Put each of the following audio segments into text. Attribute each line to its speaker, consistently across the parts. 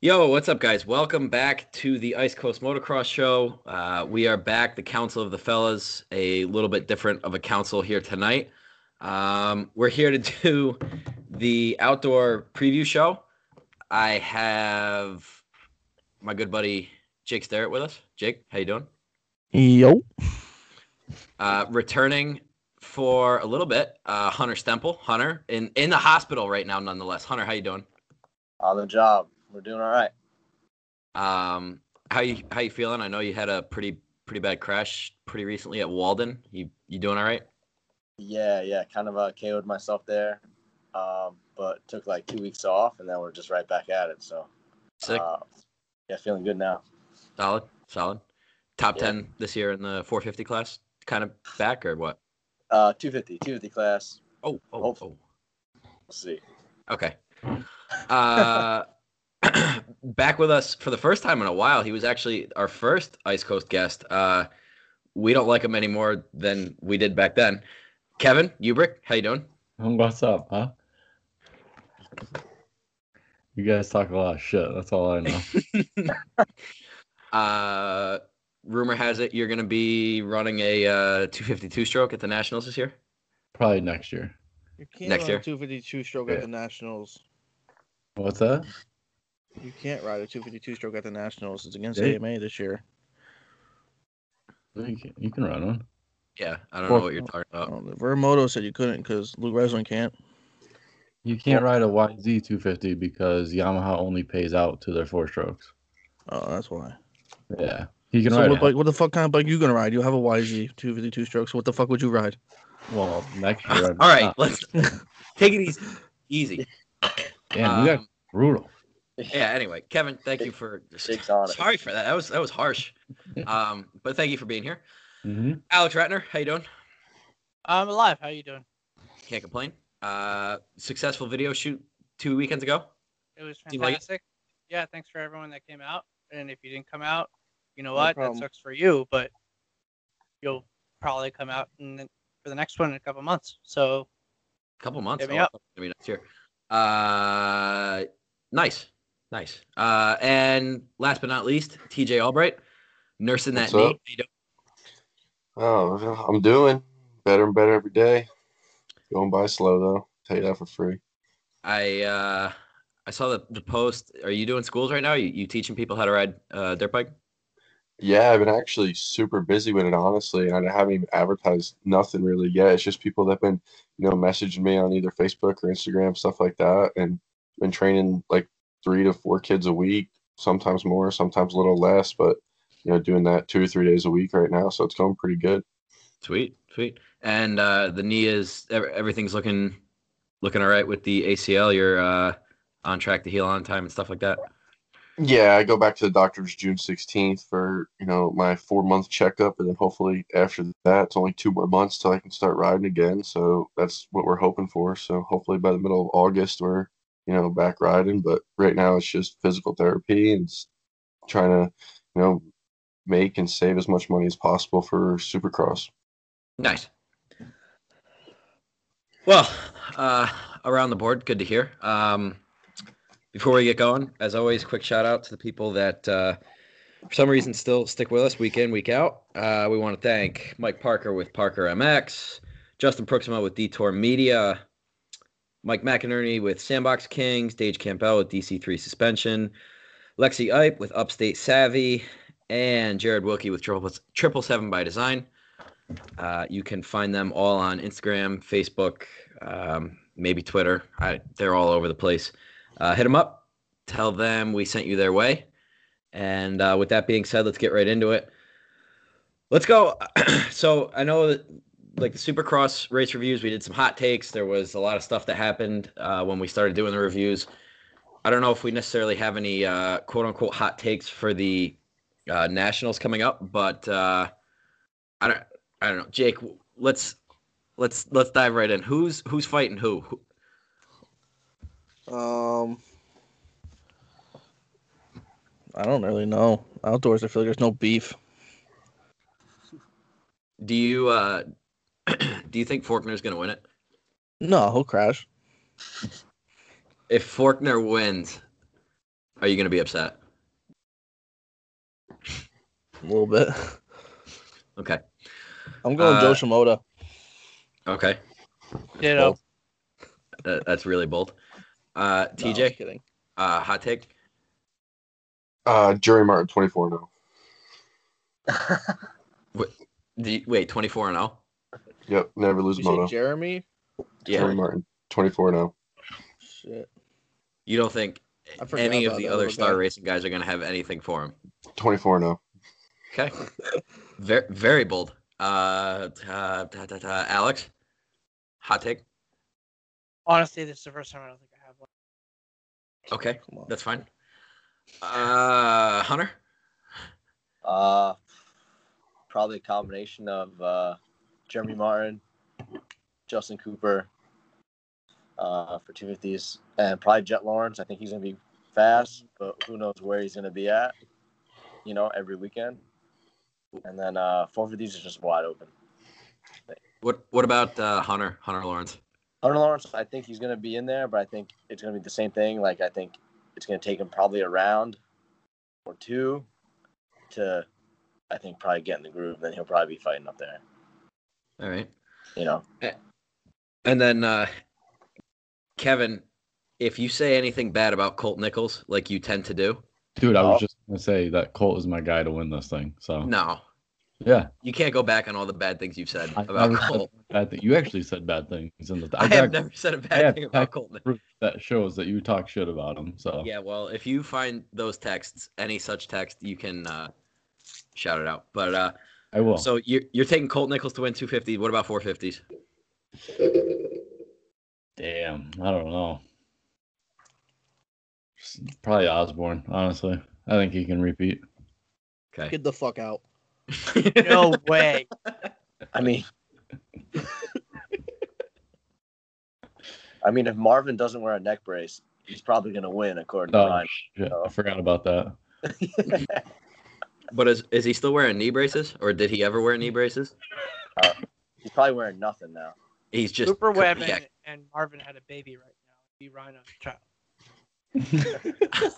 Speaker 1: Yo, what's up, guys? Welcome back to the Ice Coast Motocross Show. Uh, we are back, the Council of the Fellas, a little bit different of a council here tonight. Um, we're here to do the outdoor preview show. I have my good buddy Jake Sterrett with us. Jake, how you doing?
Speaker 2: Yo.
Speaker 1: Uh, returning for a little bit, uh, Hunter Stemple. Hunter in in the hospital right now, nonetheless. Hunter, how you doing?
Speaker 3: On the job. We're doing all right.
Speaker 1: Um, how you how you feeling? I know you had a pretty pretty bad crash pretty recently at Walden. You you doing all right?
Speaker 3: Yeah, yeah. Kind of uh, KO'd myself there, um, but took like two weeks off, and then we're just right back at it. So,
Speaker 1: Sick,
Speaker 3: uh, yeah, feeling good now.
Speaker 1: solid, solid. Top
Speaker 3: yeah.
Speaker 1: ten this year in the 450 class, kind of back or what?
Speaker 3: Uh, 250, 250 class.
Speaker 1: Oh, oh,
Speaker 3: Hopefully.
Speaker 1: oh.
Speaker 3: We'll see.
Speaker 1: Okay. Uh, back with us for the first time in a while. He was actually our first Ice Coast guest. Uh, we don't like him any more than we did back then. Kevin Ubrick, how you doing?
Speaker 4: What's up, huh? You guys talk a lot of shit. That's all I know.
Speaker 1: Uh, rumor has it you're going to be running a uh, 252 stroke at the Nationals this year.
Speaker 4: Probably next year.
Speaker 2: You can't
Speaker 1: Next
Speaker 2: run
Speaker 1: year.
Speaker 2: a 252 stroke
Speaker 4: Yeah.
Speaker 2: at the Nationals.
Speaker 4: What's that?
Speaker 2: You can't ride a 252 stroke at the Nationals. It's against
Speaker 4: Yeah.
Speaker 2: AMA this year.
Speaker 4: You can, you can run one.
Speaker 1: Yeah, I don't
Speaker 4: Well,
Speaker 1: know what you're talking about.
Speaker 2: Um, Vermoto said you couldn't because Luke Reslin can't.
Speaker 4: You can't ride a YZ250 because Yamaha only pays out to their four strokes.
Speaker 2: Oh, that's why.
Speaker 4: Yeah. He can
Speaker 2: So
Speaker 4: ride
Speaker 2: what,
Speaker 4: it.
Speaker 2: bike, what the fuck kind of bike you gonna ride? You have a YZ 252 stroke. So what the fuck would you ride?
Speaker 4: well, next year. I'm
Speaker 1: All right,
Speaker 4: not.
Speaker 1: let's take it easy. Easy.
Speaker 4: Damn, you
Speaker 1: Um,
Speaker 4: got brutal.
Speaker 1: yeah anyway kevin thank you for
Speaker 3: Jake's on it.
Speaker 1: sorry for that that was that was harsh um but thank you for being here
Speaker 4: Mm-hmm.
Speaker 1: alex ratner how you doing
Speaker 5: I'm alive. How you doing?
Speaker 1: can't complain uh successful video shoot two weekends ago
Speaker 5: It was
Speaker 1: You like it?
Speaker 5: fantastic. Yeah, thanks for everyone that came out. And if you didn't come out, you know
Speaker 2: No
Speaker 5: what?
Speaker 2: problem.
Speaker 5: That sucks for you, but you'll probably come out in the, for the next one in a couple months. So
Speaker 1: couple months
Speaker 5: Hit me
Speaker 1: oh,
Speaker 5: up.
Speaker 1: maybe next year uh nice nice uh and last but not least tj albright nursing that
Speaker 6: What's
Speaker 1: knee
Speaker 6: up?
Speaker 1: How you doing?
Speaker 6: Oh, I'm doing better and better every day. Going by slow though. Tell you that for free.
Speaker 1: i uh i saw the, the post are you doing schools right now you, you teaching people how to ride uh dirt bike
Speaker 6: Yeah, I've been actually super busy with it, honestly, and I haven't even advertised nothing really yet. It's just people that've been, you know, messaging me on either Facebook or Instagram, stuff like that, and been training like three to four kids a week, sometimes more, sometimes a little less, but you know, doing that two or three days a week right now, so it's going pretty good.
Speaker 1: Sweet, sweet. And uh, the knee is ev- everything's looking looking all right with the ACL. You're uh, on track to heal on time and stuff like that.
Speaker 6: Yeah, I go back to the doctor's June 16th for, you know, my four month checkup. And then hopefully after that, it's only two more months till I can start riding again. So that's what we're hoping for. So hopefully by the middle of August, we're, you know, back riding. But right now, it's just physical therapy and s- trying to, you know, make and save as much money as possible for Supercross.
Speaker 1: Nice. Well, uh, around the board, good to hear. Um, before we get going, as always, quick shout out to the people that uh, for some reason still stick with us week in, week out. Uh, we want to thank Mike Parker with Parker MX, Justin Proximo with Detour Media, Mike McInerney with Sandbox Kings, Dage Campbell with DC3 Suspension, Lexi Ipe with Upstate Savvy, and Jared Wilkie with Triple Triple Seven by Design. Uh, you can find them all on Instagram, Facebook, um, maybe Twitter. I, they're all over the place. Uh, hit them up. Tell them we sent you their way. And uh, with that being said, let's get right into it. Let's go. so I know that, like the Supercross race reviews, we did some hot takes. There was a lot of stuff that happened uh, when we started doing the reviews. I don't know if we necessarily have any uh, quote unquote hot takes for the uh, Nationals coming up, but uh, I don't. I don't know, Jake. w- Let's let's let's dive right in. Who's who's fighting who? Who-
Speaker 2: Um, I don't really know. Outdoors, I feel like there's no beef.
Speaker 1: Do you uh do you think Faulkner's gonna win it?
Speaker 2: No, he'll crash.
Speaker 1: If Faulkner wins, Are you going to be upset?
Speaker 2: a little bit.
Speaker 1: Okay.
Speaker 2: I'm going Joe
Speaker 1: Uh,
Speaker 2: Shimoda.
Speaker 1: Okay.
Speaker 5: Ditto.
Speaker 1: That, that's really bold. Uh,
Speaker 2: No, I'm
Speaker 1: TJ,
Speaker 2: kidding.
Speaker 1: uh, hot take.
Speaker 6: Uh, Jerry Martin, oh. 24 now.
Speaker 1: Do you- wait, 24 and oh? 0?
Speaker 6: Yep, never lose
Speaker 2: You say
Speaker 6: moto.
Speaker 2: Jeremy?
Speaker 6: Jerry
Speaker 1: Yeah.
Speaker 6: Martin, oh. 24 now.
Speaker 2: Shit.
Speaker 1: You don't think
Speaker 2: I forgot
Speaker 1: any of
Speaker 2: about
Speaker 1: the
Speaker 2: that
Speaker 1: other
Speaker 2: little
Speaker 1: star
Speaker 2: guy.
Speaker 1: racing guys are going to have anything for him?
Speaker 6: 24 now.
Speaker 1: Okay. very, very bold. Uh, ta- ta- ta- ta. Alex, hot take.
Speaker 5: Honestly, this is the first time I don't think I have one.
Speaker 1: Okay.
Speaker 2: Come on.
Speaker 1: That's fine. Uh, Hunter?
Speaker 3: Uh, probably a combination of uh, Jeremy Martin, Justin Cooper uh, for 250s, and probably Jet Lawrence. I think he's going to be fast, but who knows where he's going to be at, you know, every weekend. And then uh, 450s is just wide open.
Speaker 1: What What about uh, Hunter? Hunter Lawrence?
Speaker 3: Hunter Lawrence, I think he's going to be in there, but I think it's going to be the same thing. Like, I think it's going to take him probably a round or two to, I think, probably get in the groove. Then he'll probably be fighting up there,
Speaker 1: All right.
Speaker 3: you know.
Speaker 1: And then uh, Kevin, if you say anything bad about Colt Nichols, like you tend to do,
Speaker 4: Dude, I
Speaker 3: Oh.
Speaker 4: was just gonna say that Colt is my guy to win this thing. So
Speaker 1: no,
Speaker 4: Oh. yeah,
Speaker 1: you can't go back on all the bad things you've said
Speaker 4: I
Speaker 1: about
Speaker 4: never said
Speaker 1: Colt.
Speaker 4: bad thing. You actually said bad things in the.
Speaker 1: I,
Speaker 4: I,
Speaker 1: have
Speaker 4: got
Speaker 1: never said a
Speaker 4: I
Speaker 1: bad
Speaker 4: have
Speaker 1: thing about
Speaker 4: text-
Speaker 1: Colt. Nichols.
Speaker 4: proof that shows that you talk shit about him. So
Speaker 1: Yeah, well, if you find those texts, any such text, you can uh, shout it out. But uh,
Speaker 4: I will.
Speaker 1: so you're you're taking Colt Nichols to win 250. What about 450s?
Speaker 4: Damn, I don't know. Probably Osborne, honestly. I think he can repeat.
Speaker 1: Okay.
Speaker 2: Get the fuck out.
Speaker 5: No way.
Speaker 3: I mean, I mean, if Marvin doesn't wear a neck brace, he's probably going to win, according to
Speaker 4: Oh,
Speaker 3: Ryan.
Speaker 4: shit.
Speaker 3: Oh.
Speaker 4: I forgot about that.
Speaker 1: But is is he still wearing knee braces, or did he ever wear knee braces?
Speaker 3: He's probably wearing nothing now.
Speaker 1: He's just
Speaker 5: Cooper Webb
Speaker 1: Yeah,
Speaker 5: and, and Marvin had a baby right now. Be Rhino's child.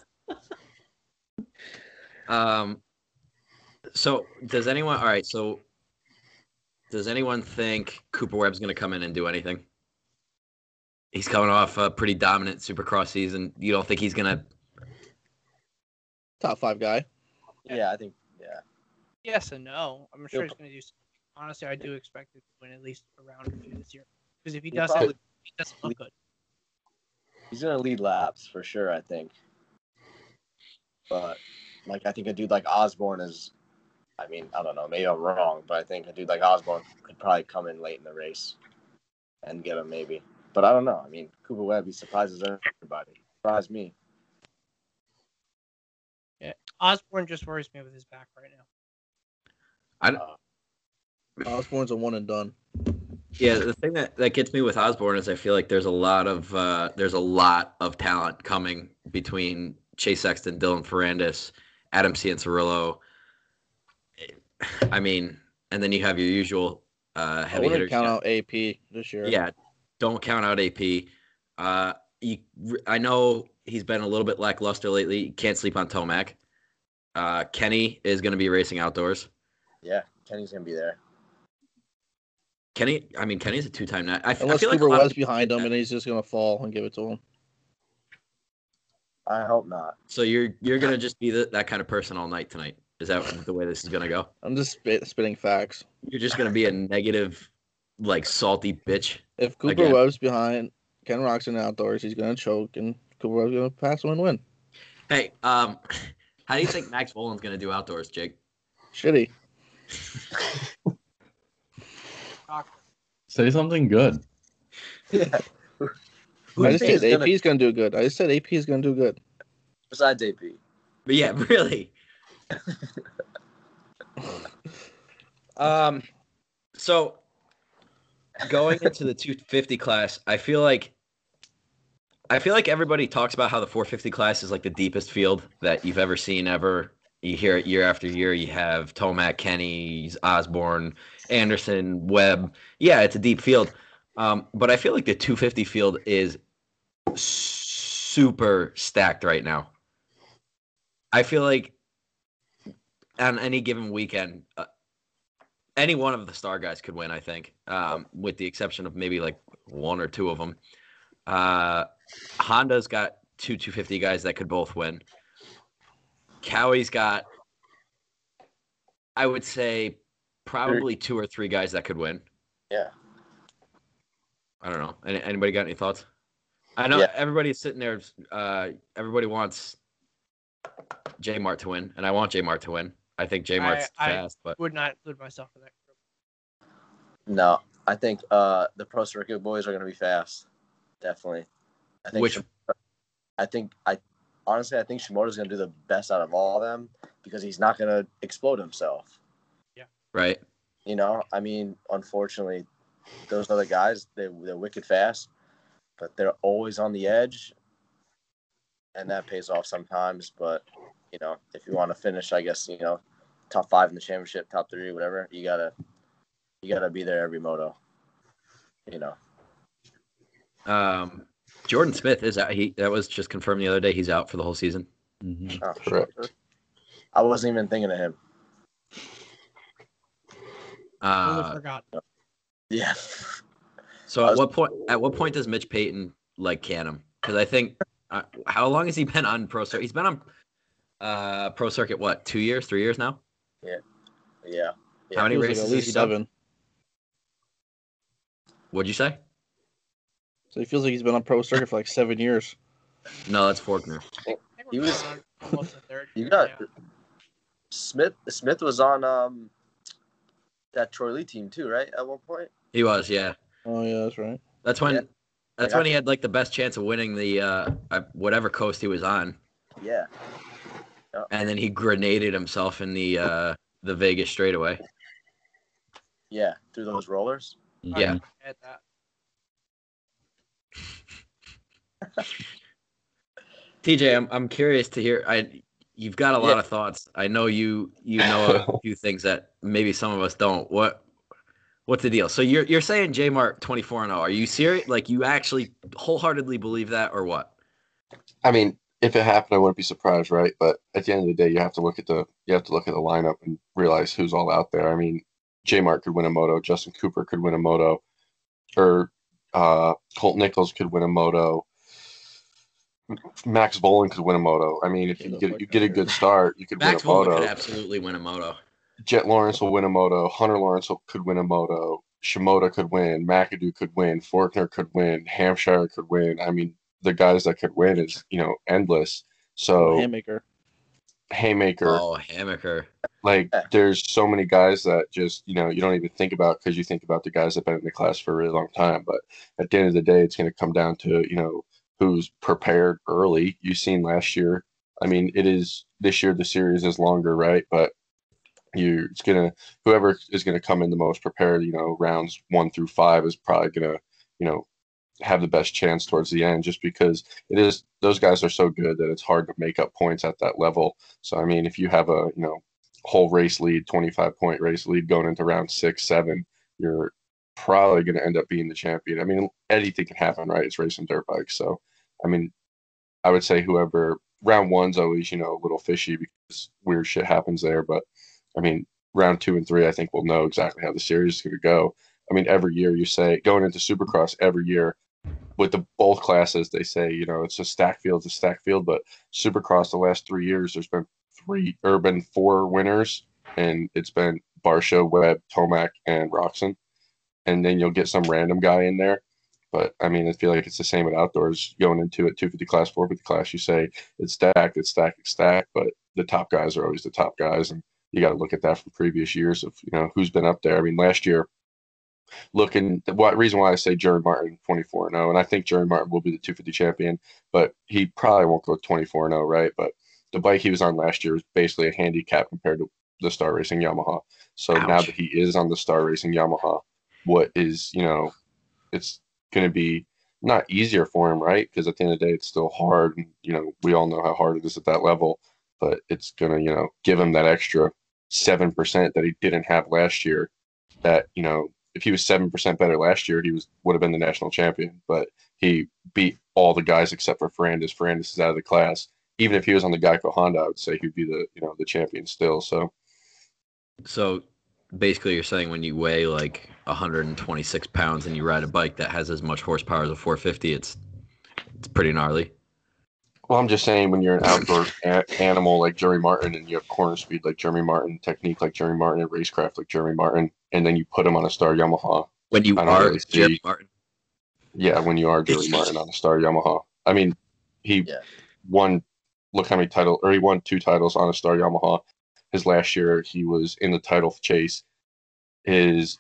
Speaker 1: Um, so does anyone? All right. So does anyone think Cooper Webb's going to come in and do anything? He's coming off a pretty dominant Supercross season. You don't think he's going to?
Speaker 2: Top five guy.
Speaker 3: Yeah, I think. Yeah,
Speaker 5: Yes and no. I'm sure
Speaker 2: Yep.
Speaker 5: he's going to do. s- Honestly, I do expect him to win at least a round or two this year. Because if he
Speaker 3: He
Speaker 5: doesn't,
Speaker 3: probably-
Speaker 5: he doesn't look good.
Speaker 3: he's going to lead laps for sure. I think. But like, I think a dude like Osborne is. I mean, I don't know. Maybe I'm wrong, but I think a dude like Osborne could probably come in late in the race, and get him maybe. But I don't know. I mean, Cooper Webb he surprises everybody. Surprised me.
Speaker 5: Osborne just worries me with his back right now.
Speaker 2: Osborne's a one and done.
Speaker 1: Yeah, the thing that, that gets me with Osborne is I feel like there's a lot of uh, there's a lot of talent coming between Chase Sexton, Dylan Ferrandis, Adam Cianciarulo. I mean, and then you have your usual uh,
Speaker 2: I
Speaker 1: heavy hitters.
Speaker 2: wouldn't count out AP this year.
Speaker 1: Yeah, don't count out AP. Uh, you, I know he's been a little bit lackluster lately. You can't sleep on Tomac. Uh, Kenny is going to be racing outdoors.
Speaker 3: Yeah, Kenny's going to be there.
Speaker 1: Kenny, I mean, Kenny's a two-time. nat- I, f- I
Speaker 2: Unless
Speaker 1: feel like a
Speaker 2: Cooper
Speaker 1: lot of
Speaker 2: was
Speaker 1: people
Speaker 2: behind
Speaker 1: think
Speaker 2: him
Speaker 1: that.
Speaker 2: and he's just gonna fall and give it to him.
Speaker 3: I hope not.
Speaker 1: So you're you're going to just be the, that kind of person all night tonight. Is that the way this is going to go?
Speaker 2: I'm just spit, spitting facts.
Speaker 1: You're just going to be a negative, like salty bitch.
Speaker 2: If Cooper
Speaker 1: Again.
Speaker 2: Webb's behind Ken Roxon outdoors, he's gonna choke and Cooper Webb's gonna pass him and win.
Speaker 1: Hey, um, how do you think Max Boland's going to do outdoors, Jake?
Speaker 2: Shitty.
Speaker 5: Shocker.
Speaker 4: Say something good.
Speaker 3: Yeah. Who do
Speaker 2: I
Speaker 3: you
Speaker 2: just
Speaker 3: think
Speaker 2: said
Speaker 3: is gonna,
Speaker 2: AP's gonna do good. I just said AP's gonna do good.
Speaker 3: besides AP?
Speaker 1: But yeah, really. um, so going into the 250 class, I feel like I feel like everybody talks about how the 450 class is like the deepest field that you've ever seen ever. You hear it year after year. You have Tomac, Kenny, Osborne, Anderson, Webb. Yeah, it's a deep field. Um, but I feel like the 250 field is super stacked right now I feel like on any given weekend, uh, any one of the star guys could win. I think, um, with the exception of maybe like one or two of them. Uh, Honda's got two 250 guys that could both win. Cowie's got, I would say, probably two or three guys that could win.
Speaker 3: Yeah.
Speaker 1: I don't know. Any, anybody got any thoughts? I know
Speaker 3: Yeah.
Speaker 1: everybody's sitting there. Uh, everybody wants J Mart to win, and I want J Mart to win. I think J Mart's
Speaker 5: I-
Speaker 1: fast, but
Speaker 5: Would not include myself in that group.
Speaker 3: No, I think uh, the Pro Circuit boys are going to be fast. Definitely. I think
Speaker 1: Which-
Speaker 3: I think I honestly I think Shimoda's going to do the best out of all of them because he's not going to explode himself.
Speaker 1: right.
Speaker 3: You know, I mean, unfortunately, those other guys they they're wicked fast, but they're always on the edge, and that pays off sometimes. But you know, if you want to finish, I guess you know, top five in the championship, top three, whatever, you gotta you gotta be there every moto. You know,
Speaker 1: Um, Jordan Smith is out. He that was just confirmed the other day. He's out for the whole season.
Speaker 4: Mhm.
Speaker 3: Oh,
Speaker 6: Correct.
Speaker 3: I wasn't even thinking of him.
Speaker 5: Totally
Speaker 1: Uh,
Speaker 5: forgot.
Speaker 3: Yeah,
Speaker 1: so at what point? At what point does Mitch Payton like can him? Because I think uh, how long has he been on pro circuit? He's been on uh, pro circuit what? Two years? Three years now?
Speaker 3: yeah.
Speaker 1: How many
Speaker 2: Feels like
Speaker 1: races
Speaker 2: at
Speaker 1: has
Speaker 2: least
Speaker 1: he done?
Speaker 2: seven.
Speaker 1: What'd you say?
Speaker 2: So he feels like he's been on pro circuit for like seven years.
Speaker 1: No, that's Forkner.
Speaker 5: I think
Speaker 3: He
Speaker 5: we're
Speaker 3: was-
Speaker 5: going on almost a third.
Speaker 3: You
Speaker 5: year
Speaker 3: got
Speaker 5: now.
Speaker 3: Smith. Smith was on um that Troy Lee team too, right? At one point.
Speaker 1: He was, yeah.
Speaker 2: Oh yeah, that's right.
Speaker 1: That's when.
Speaker 3: Yeah.
Speaker 1: That's
Speaker 3: Yeah.
Speaker 1: when he had like the best chance of winning the uh, uh, whatever coast he was on,
Speaker 3: Yeah.
Speaker 1: and then he grenaded himself in the uh, the Vegas straightaway.
Speaker 3: Yeah, through those rollers.
Speaker 4: Mhm.
Speaker 1: Yeah.
Speaker 5: I had that.
Speaker 1: TJ, I'm I'm curious to hear. I you've got a lot
Speaker 3: Yeah.
Speaker 1: of thoughts. I know you you know a few things that maybe some of us don't. What what's the deal? So you're you're saying J Mart 24 and 0. Are you serious? Like you actually wholeheartedly believe that or what?
Speaker 6: I mean, if it happened, I wouldn't be surprised, right? But at the end of the day, you have to look at the you have to look at the lineup and realize who's all out there. I mean, J Mark could win a moto, Justin Cooper could win a moto, or uh, Colt Nichols could win a moto. Max Bolin could win a moto. I mean, if you
Speaker 2: Yeah,
Speaker 6: get
Speaker 2: like
Speaker 6: you get a
Speaker 2: that.
Speaker 6: good start, you could
Speaker 1: Max
Speaker 6: win a
Speaker 1: Bowman
Speaker 6: moto.
Speaker 1: could absolutely win a moto.
Speaker 6: Jet Lawrence will win a moto. Hunter Lawrence will- could win a moto. Shimoda could win. McAdoo could win. Forkner could win. Hampshire could win. I mean, the guys that could win is you know endless. So
Speaker 2: Haymaker.
Speaker 6: haymaker,
Speaker 1: Oh, Hammaker.
Speaker 6: like
Speaker 3: Yeah.
Speaker 6: there's so many guys that just you know you don't even think about because you think about the guys that've been in the class for a really long time. But at the end of the day, it's going to come down to you know who's prepared early. You've seen last year. I mean, it is this year. The series is longer, right? But you it's gonna whoever is gonna come in the most prepared you know rounds one through five is probably gonna you know have the best chance towards the end just because it is those guys are so good that it's hard to make up points at that level so i mean if you have a you know whole race lead 25 point race lead going into round six seven you're probably going to end up being the champion i mean anything can happen right it's racing dirt bikes so i mean i would say whoever round one's always you know a little fishy because weird shit happens there but I mean, round two and three, I think we'll know exactly how the series is going to go. I mean, every year you say going into Supercross every year with the both classes, they say you know it's a stack field, it's a stack field. But Supercross the last three years, there's been three or been four winners, and it's been Barsha, Webb, Tomac, and Roxon. And then you'll get some random guy in there. But I mean, I feel like it's the same at outdoors. Going into it, 250 class, 450 class, you say it's stacked, it's stacked, it's stacked. But the top guys are always the top guys, and you got to look at that from previous years of you know who's been up there. I mean, last year, looking the what reason why I say Jerry Martin twenty four zero, and I think Jerry Martin will be the two fifty champion, but he probably won't go twenty four zero, right? But the bike he was on last year was basically a handicap compared to the Star Racing Yamaha. So now
Speaker 1: Ouch.
Speaker 6: that he is on the Star Racing Yamaha, what is you know, it's going to be not easier for him, right? Because at the end of the day, it's still hard. And, you know, we all know how hard it is at that level, but it's going to, you know, give him that extra 7% that he didn't have last year. That, you know, if he was 7% better last year, he was would have been the national champion, but he beat all the guys except for Ferrandis. Ferrandis is out of the class. even if he was on the Geico Honda, I would say he'd be the you know the champion still. So
Speaker 1: So basically, you're saying when you weigh like 126 pounds and you ride a bike that has as much horsepower as a 450, it's it's pretty gnarly.
Speaker 6: Well, I'm just saying when you're an outdoor a- animal like Jeremy Martin and you have corner speed like Jeremy Martin, technique like Jeremy Martin, and racecraft like Jeremy Martin, and then you put him on a star Yamaha.
Speaker 1: When you
Speaker 6: I don't
Speaker 1: are
Speaker 6: really see-
Speaker 1: Jeremy Martin,
Speaker 6: Yeah, when you are Jeremy Martin on a star Yamaha. I mean, he
Speaker 3: Yeah.
Speaker 6: won, look how many title or he won two titles on a star Yamaha. His last year, he was in the title chase. His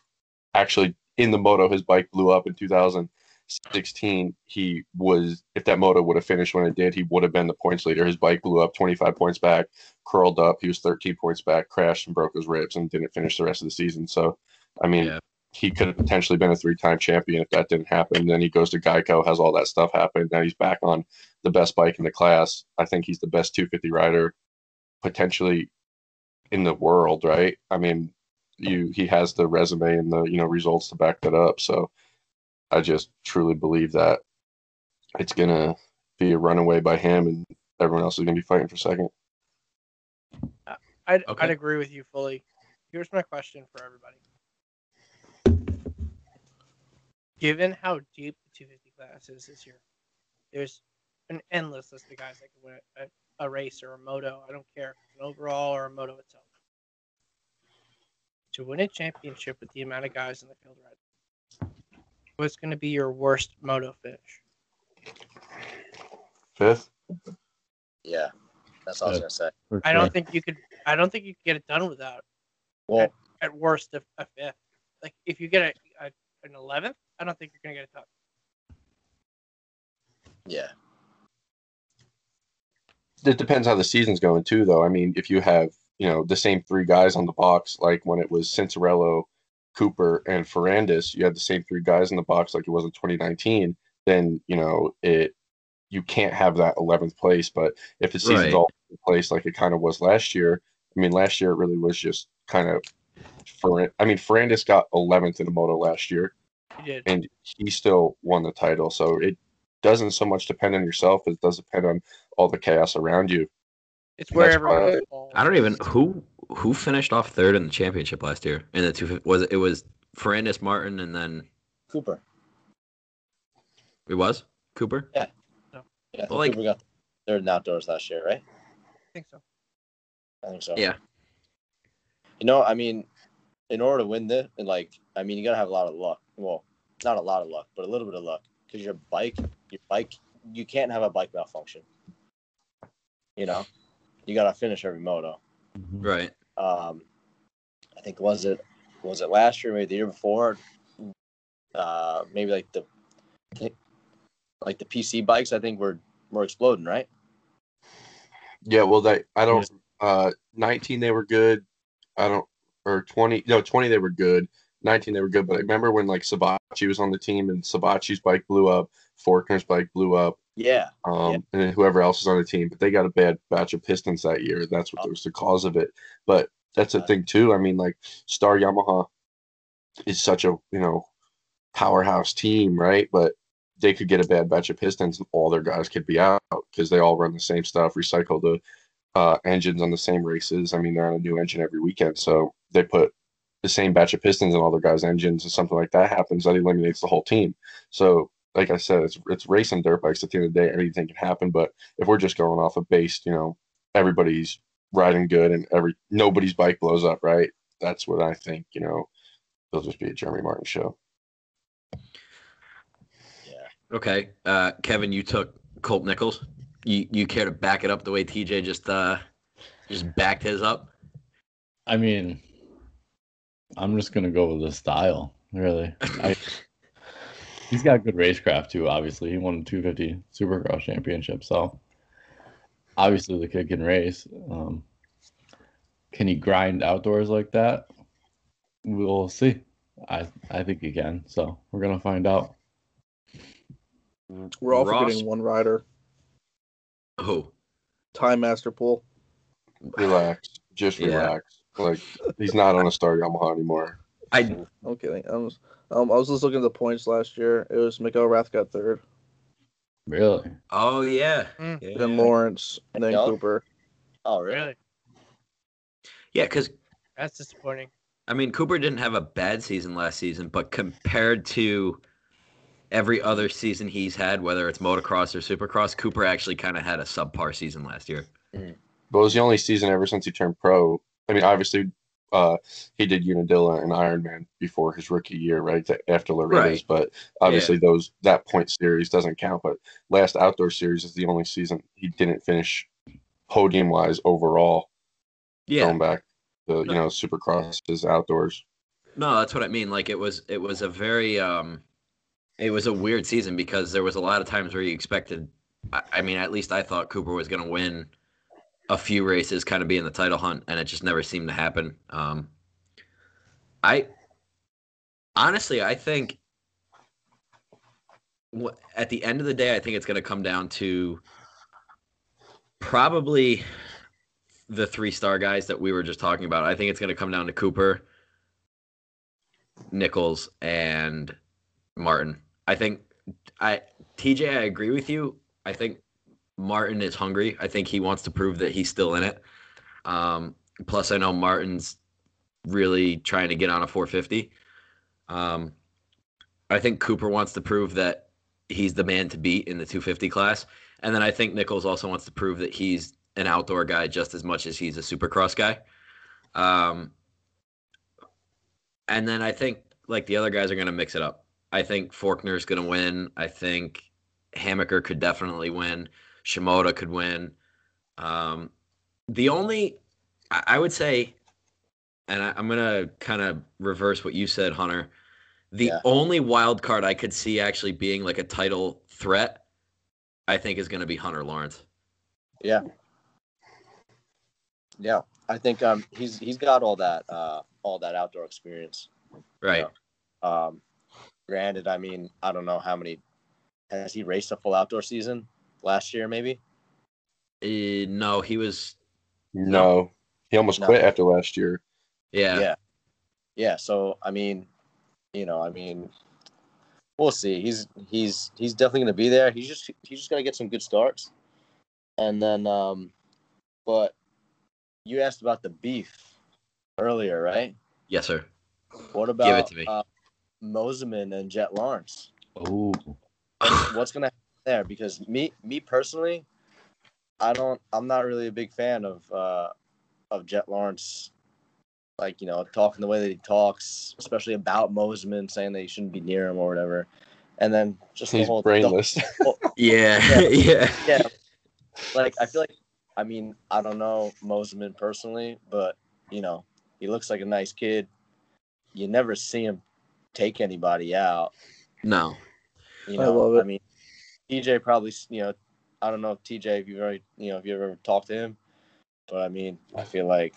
Speaker 6: actually in the moto, his bike blew up in 2016. He was, if that moto would have finished when it did, he would have been the points leader. His bike blew up 25 points back, curled up. He was 13 points back, crashed and broke his ribs and didn't finish the rest of the season. So, I mean,
Speaker 1: Yeah.
Speaker 6: he could have potentially been a three time champion if that didn't happen. Then he goes to Geico, has all that stuff happen. Now he's back on the best bike in the class. I think he's the best 250 rider potentially in the world, right? I mean, you he has the resume and the you know results to back that up. So I just truly believe that it's gonna be a runaway by him, and everyone else is gonna be fighting for second.
Speaker 5: I'd,
Speaker 1: Okay.
Speaker 5: I'd agree with you fully. Here's my question for everybody. Given how deep the 250 class is this year, there's an endless list of guys that can win a, a race or a moto. I don't care if it's an overall or a moto itself. To win a championship with the amount of guys in the field right now, what's going to be your worst moto finish?
Speaker 6: Fifth,
Speaker 3: Yeah, that's
Speaker 1: Uh,
Speaker 3: all I was gonna say.
Speaker 4: for
Speaker 5: I
Speaker 4: sure.
Speaker 5: don't think you could. I don't think you could get it done without
Speaker 3: Well,
Speaker 5: at worst a, a fifth. Like if you get a, a an eleventh, I don't think you're gonna get a top.
Speaker 3: yeah,
Speaker 6: it depends how the season's going too, though. I mean, if you have you know the same three guys on the box, like when it was Cincerello, Cooper, and Ferrandis, you had the same three guys in the box, like it was in 2019. Then you know it, you can't have that 11th place. But if the season's
Speaker 1: Right.
Speaker 6: all over the place, like it kind of was last year, I mean, last year it really was just kind of. Ferran- I mean, Ferrandis got 11th in a moto last year
Speaker 5: You did.
Speaker 6: and he still won the title. So it doesn't so much depend on yourself as it does depend on all the chaos around you.
Speaker 5: It's where
Speaker 6: that's
Speaker 5: everyone
Speaker 6: why-
Speaker 5: falls.
Speaker 1: I don't even who who finished off third in the championship last year in the 250. Was it, it was Ferrandis Martin and then
Speaker 3: Cooper.
Speaker 1: it was Cooper.
Speaker 3: Yeah, I think
Speaker 1: Well, like-
Speaker 3: Cooper got third in outdoors last year, right?
Speaker 5: think so.
Speaker 3: I think so.
Speaker 1: Yeah.
Speaker 3: You know, I mean, in order to win this, and like, I mean, you gotta have a lot of luck. Well, not a lot of luck, but a little bit of luck, because your bike, your bike, you can't have a bike malfunction. You know, you gotta finish every moto.
Speaker 4: Mhm.
Speaker 1: Right.
Speaker 3: Um, I think was it was it last year, maybe the year before, uh, maybe like the like the PC bikes. I think were were exploding, right?
Speaker 6: Yeah, well, they I don't. Uh, 19 they were good. I don't or 20 no 20 they were good. 19 they were good, but I remember when like Sabachi was on the team and Sabachi's bike blew up, Forkner's bike blew up,
Speaker 3: Yeah,
Speaker 6: um,
Speaker 3: Yeah.
Speaker 6: and then whoever else was on the team. But they got a bad batch of Pistons that year. That's what was the cause of it. But that's a
Speaker 3: Uh,
Speaker 6: thing too. I mean, like Star Yamaha is such a you know powerhouse team, right? But they could get a bad batch of Pistons and all their guys could be out because they all run the same stuff, recycle the uh, engines on the same races. I mean, they're on a new engine every weekend, so they put the same batch of pistons in all their guys' engines, and something like that happens, that eliminates the whole team. So, like I said, it's it's racing dirt bikes. At the end of the day, anything can happen. But if we're just going off a base, you know, everybody's riding good, and every nobody's bike blows up, right? That's what I think. You know, it'll just be a Jeremy Martin show.
Speaker 1: Okay. Uh, Kevin, you took Colt Nichols. You you care to back it up the way TJ just uh just backed his up?
Speaker 4: I mean, I'm just gonna go with the style, really. I, he's got good racecraft too. Obviously, he won the 250 Supercross championship, so obviously the kid can race. Um, can he grind outdoors like that? We'll see. I I think he can. So we're gonna find out.
Speaker 2: We're all
Speaker 1: Ross-
Speaker 2: forgetting one rider,
Speaker 1: Who?
Speaker 2: Time Master Pool.
Speaker 6: Relax, just
Speaker 1: Yeah.
Speaker 6: relax. Like he's not on a star Yamaha anymore.
Speaker 1: I
Speaker 2: I'm kidding. I was, um, I was just looking at the points last year. It was Mikael Rath got third.
Speaker 4: Really?
Speaker 1: Oh yeah.
Speaker 5: Mm.
Speaker 1: Yeah.
Speaker 2: Then Lawrence, and then
Speaker 3: Yup.
Speaker 2: Cooper.
Speaker 3: Oh, really?
Speaker 5: Really?
Speaker 1: Yeah, because
Speaker 5: That's disappointing.
Speaker 1: I mean Cooper didn't have a bad season last season, but compared to every other season he's had, whether it's motocross or supercross, Cooper actually kind of had a subpar season last year.
Speaker 6: But it was the only season ever since he turned pro. I mean, obviously, uh, he did Unadilla and Ironman before his rookie year, right? th- After Laredo's,
Speaker 1: Right.
Speaker 6: but obviously those that point series doesn't count. But last outdoor series is the only season he didn't finish podium wise overall.
Speaker 1: Yeah.
Speaker 6: Going back to you know Supercrosses outdoors.
Speaker 1: No, that's what I mean. Like it was it was a very um it was a weird season because there was a lot of times where you expected I, I mean, at least I thought Cooper was gonna win a few races, kind of be in the title hunt, and it just never seemed to happen. Um I honestly I think wh- at the end of the day, I think it's gonna come down to probably the three star guys that we were just talking about. I think it's gonna come down to Cooper. Nichols and Martin. I think I TJ, I agree with you. I think Martin is hungry. I think he wants to prove that he's still in it. Um, plus, I know Martin's really trying to get on a 450. Um, I think Cooper wants to prove that he's the man to beat in the 250 class, and then I think Nichols also wants to prove that he's an outdoor guy just as much as he's a supercross guy. Um, and then I think like the other guys are going to mix it up. I think Faulkner's going to win. I think Hamaker could definitely win. Shimoda could win. Um, the only, I, I would say, and I, I'm going to kind of reverse what you said, Hunter. The
Speaker 3: Yeah.
Speaker 1: only wild card I could see actually being like a title threat, I think, is going to be Hunter Lawrence.
Speaker 3: Yeah, I think um he's he's got all that uh all that outdoor experience.
Speaker 1: Right.
Speaker 3: Um, granted, I mean I don't know how many has he raced a full outdoor season last year maybe.
Speaker 1: Uh, no, he was,
Speaker 6: No, he almost
Speaker 3: No.
Speaker 6: quit after last year.
Speaker 1: yeah.
Speaker 3: Yeah. Yeah, so I mean, you know, I mean, we'll see. He's he's he's definitely going to be there. He's just he's just going to get some good starts, and then um, but you asked about the beef earlier, right?
Speaker 1: Yes, sir.
Speaker 3: What
Speaker 1: Give it
Speaker 3: about
Speaker 1: to me.
Speaker 3: uh, Moseman and Jet Lawrence?
Speaker 4: Oh,
Speaker 3: What's going to happen there? Because me me personally, I don't. I'm not really a big fan of uh, of Jet Lawrence. Like you know, talking the way that he talks, especially about Moseman, saying that you shouldn't be near him or whatever, and then just the
Speaker 6: He's
Speaker 3: whole the-
Speaker 6: brainless.
Speaker 1: yeah. yeah.
Speaker 3: yeah, like I feel like I mean I don't know Moseman personally, but you know he looks like a nice kid. You never see him take anybody out.
Speaker 1: No.
Speaker 3: You
Speaker 2: I
Speaker 3: know, I,
Speaker 2: love it.
Speaker 3: mean, TJ probably, you know, I don't know if TJ, if you've already, you know, if you've ever talked to him, but I mean, I feel like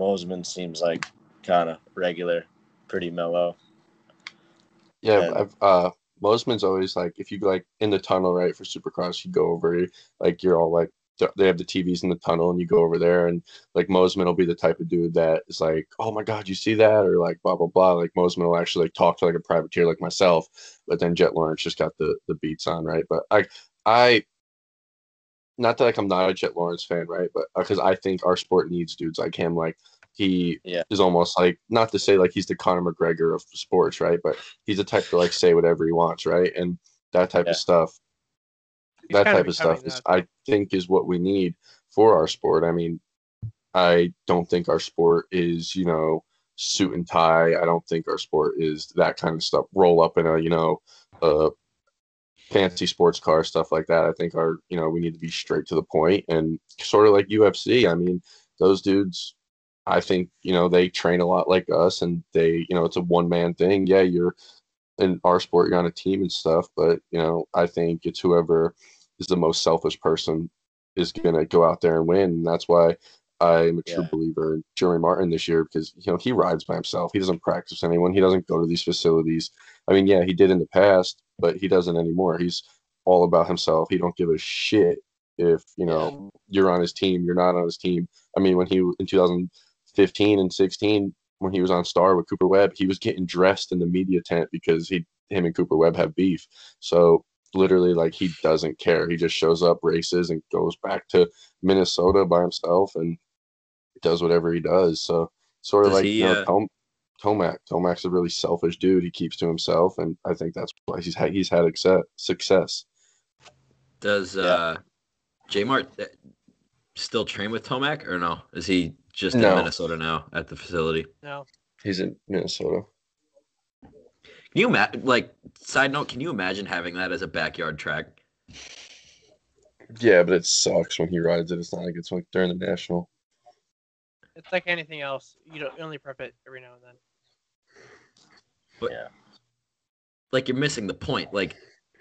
Speaker 3: Moseman seems like kind of regular, pretty mellow.
Speaker 6: Yeah,
Speaker 3: And-
Speaker 6: I've, uh, Mosman's always like, if you like in the tunnel, right, for Supercross, you go over, like you're all like, th- they have the TVs in the tunnel, and you go over there, and like Mosman will be the type of dude that is like, oh my god, you see that, or like blah blah blah. Like Mosman will actually like talk to like a privateer like myself, but then Jet Lawrence just got the the beats on, right? But I I. Not that like I'm not a Jet Lawrence fan, right? But because I think our sport needs dudes like him. Like he
Speaker 3: Yeah.
Speaker 6: is almost like not to say like he's the Conor McGregor of sports, right? But he's the type to like say whatever he wants, right? And that type
Speaker 3: Yeah.
Speaker 6: of stuff,
Speaker 5: He's
Speaker 6: that
Speaker 5: kinda
Speaker 6: type of stuff
Speaker 5: becoming
Speaker 6: is,
Speaker 5: that.
Speaker 6: I think, is what we need for our sport. I mean, I don't think our sport is, you know, suit and tie. I don't think our sport is that kind of stuff. Roll up in a, you know, uh, fancy sports car stuff like that. I think our, you know, we need to be straight to the point and sort of like UFC. I mean, those dudes. I think you know they train a lot like us, and they you know it's a one man thing. Yeah, you're in our sport, you're on a team and stuff, but you know I think it's whoever is the most selfish person is gonna go out there and win. And that's why I'm a true
Speaker 3: Yeah.
Speaker 6: believer in Jeremy Martin this year because you know he rides by himself. He doesn't practice anyone. He doesn't go to these facilities. I mean, yeah, he did in the past, but he doesn't anymore. He's all about himself. He don't give a shit if you know you're on his team, you're not on his team. I mean, when he in 2015 and 16, when he was on Star with Cooper Webb, he was getting dressed in the media tent because he, him and Cooper Webb have beef. So literally like he doesn't care. He just shows up, races, and goes back to Minnesota by himself and does whatever he does. So sort of
Speaker 1: Does
Speaker 6: like
Speaker 1: he,
Speaker 6: you know,
Speaker 1: uh,
Speaker 6: Tom, Tomac. Tomac's a really selfish dude. He keeps to himself, and I think that's why he's had, he's had acce- success.
Speaker 1: Does uh, J Mart th- still train with Tomac or no? Is he just in
Speaker 6: No.
Speaker 1: Minnesota now at the facility?
Speaker 5: No,
Speaker 6: He's in Minnesota.
Speaker 1: Can you ima- like side note? Can you imagine having that as a backyard track?
Speaker 6: Yeah, but it sucks when he rides it. It's not like it's like during the national.
Speaker 5: it's like anything else. You don't you only prep it every now and then.
Speaker 1: Like you're missing the point. Like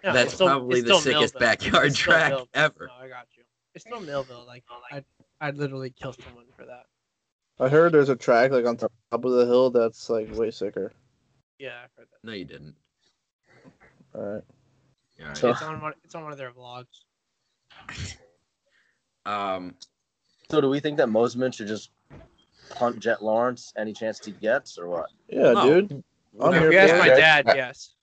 Speaker 5: No,
Speaker 1: that's
Speaker 5: it's still-
Speaker 1: probably
Speaker 5: it's
Speaker 1: the
Speaker 5: still
Speaker 1: sickest
Speaker 5: Millville.
Speaker 1: backyard
Speaker 5: It's still
Speaker 1: track
Speaker 5: Millville.
Speaker 1: ever.
Speaker 5: No, I got you. It's still Millville. Like I'd, I'd literally kill someone for that.
Speaker 2: I heard there's a track like on top of the hill that's like way sicker.
Speaker 5: Yeah, I've heard that.
Speaker 1: No, you didn't.
Speaker 2: All right.
Speaker 1: All right.
Speaker 3: So-
Speaker 5: It's on one. It's on one of their vlogs.
Speaker 1: um,
Speaker 3: So do we think that Moseman should just punt Jet Lawrence any chance he gets or what?
Speaker 2: Yeah,
Speaker 1: No.
Speaker 2: dude. I'm
Speaker 1: Whatever.
Speaker 5: If
Speaker 2: here
Speaker 5: you ask
Speaker 2: for
Speaker 5: my
Speaker 2: it.
Speaker 5: dad, yes.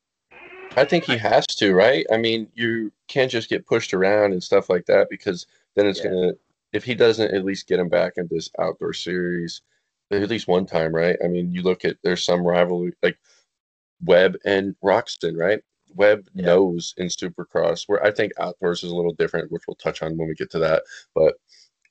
Speaker 6: I think he has to, right? I mean, you can't just get pushed around and stuff like that because then it's
Speaker 3: Yeah.
Speaker 6: gonna. If he doesn't at least get him back in this outdoor series, at least one time, right? I mean, you look at there's some rivalry like Webb and Roxton, right? Webb
Speaker 3: Yeah.
Speaker 6: knows in Supercross, where I think outdoors is a little different, which we'll touch on when we get to that. But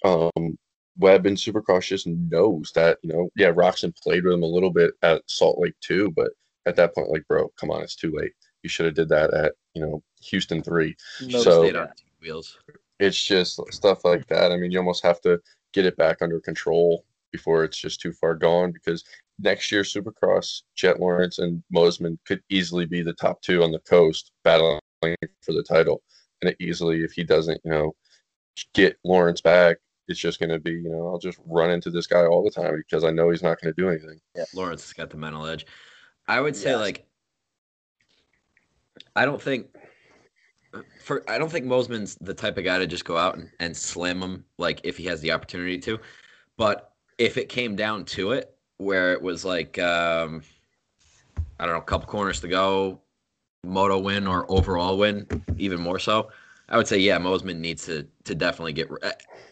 Speaker 6: um Webb and Supercross just knows that, you know, yeah, Roxton played with him a little bit at Salt Lake too, but at that point, like, bro, come on, it's too late. You should have did that at, you know, Houston three.
Speaker 1: should have
Speaker 6: So-
Speaker 1: stayed on two wheels.
Speaker 6: It's just stuff like that. I mean, you almost have to get it back under control before it's just too far gone because next year Supercross, Jet Lawrence and Mosman could easily be the top two on the coast battling for the title. And it easily, if he doesn't, you know, get Lawrence back, it's just going to be, you know, I'll just run into this guy all the time because I know he's not going to do anything.
Speaker 1: Lawrence has got the mental edge. I would say
Speaker 3: Yes.
Speaker 1: like I don't think for I don't think Mosman's the type of guy to just go out and, and slam him like if he has the opportunity to. But if it came down to it, where it was like um I don't know, a couple corners to go, moto win or overall win, even more so. I would say, yeah, Mosman needs to to definitely get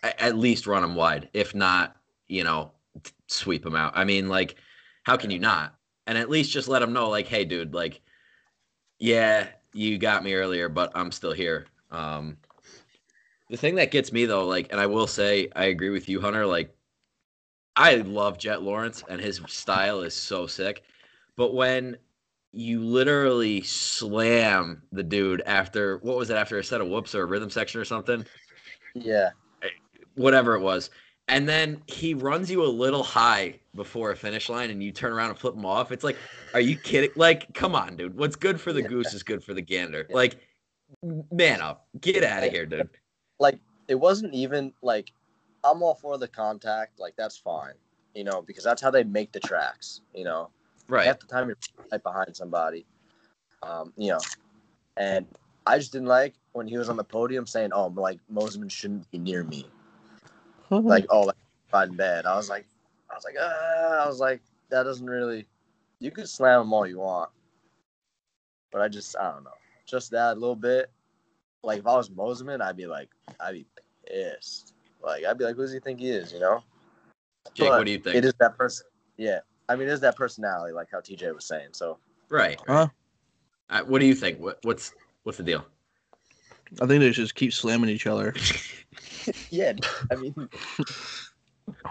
Speaker 1: at, at least run him wide, if not, you know, t- sweep him out. I mean, like, how can you not? And at least just let him know, like, hey, dude, like, yeah, you got me earlier, but I'm still here. Um, the thing that gets me though, like, and I will say, I agree with you, Hunter. Like, I love Jet Lawrence, and his style is so sick. But when you literally slam the dude after what was it after a set of whoops or a rhythm section or something
Speaker 3: Yeah.
Speaker 1: whatever it was. And then he runs you a little high before a finish line and you turn around and flip him off. It's like, are you kidding? Like, come on, dude. What's good for the
Speaker 3: Yeah.
Speaker 1: goose is good for the gander.
Speaker 3: Yeah.
Speaker 1: Like, man up. Get out
Speaker 3: Yeah.
Speaker 1: of here, dude.
Speaker 3: It wasn't even like I'm all for the contact, like that's fine. You know, because that's how they make the tracks, you know.
Speaker 1: Right.
Speaker 3: half the time you're right behind somebody. Um, you know, and I just didn't like when he was on the podium saying, "Oh, like Moseman shouldn't be near me."
Speaker 2: Hmm.
Speaker 3: Like, oh, like riding bad. I was like, I was like, ah, I was like, that doesn't really. You could slam him all you want, but I just, I don't know, just that little bit. Like if I was Moseman, I'd be like, I'd be pissed. Like I'd be like, who does he think he is? You know?
Speaker 1: Jake,
Speaker 3: but
Speaker 1: what do you think?
Speaker 3: It is that person. Yeah, I mean, it is that personality, like how TJ was saying. So
Speaker 1: right.
Speaker 2: Huh?
Speaker 1: Uh, what do you think? What, what's what's the deal?
Speaker 2: I think they should just keep slamming each other.
Speaker 3: Yeah, I mean,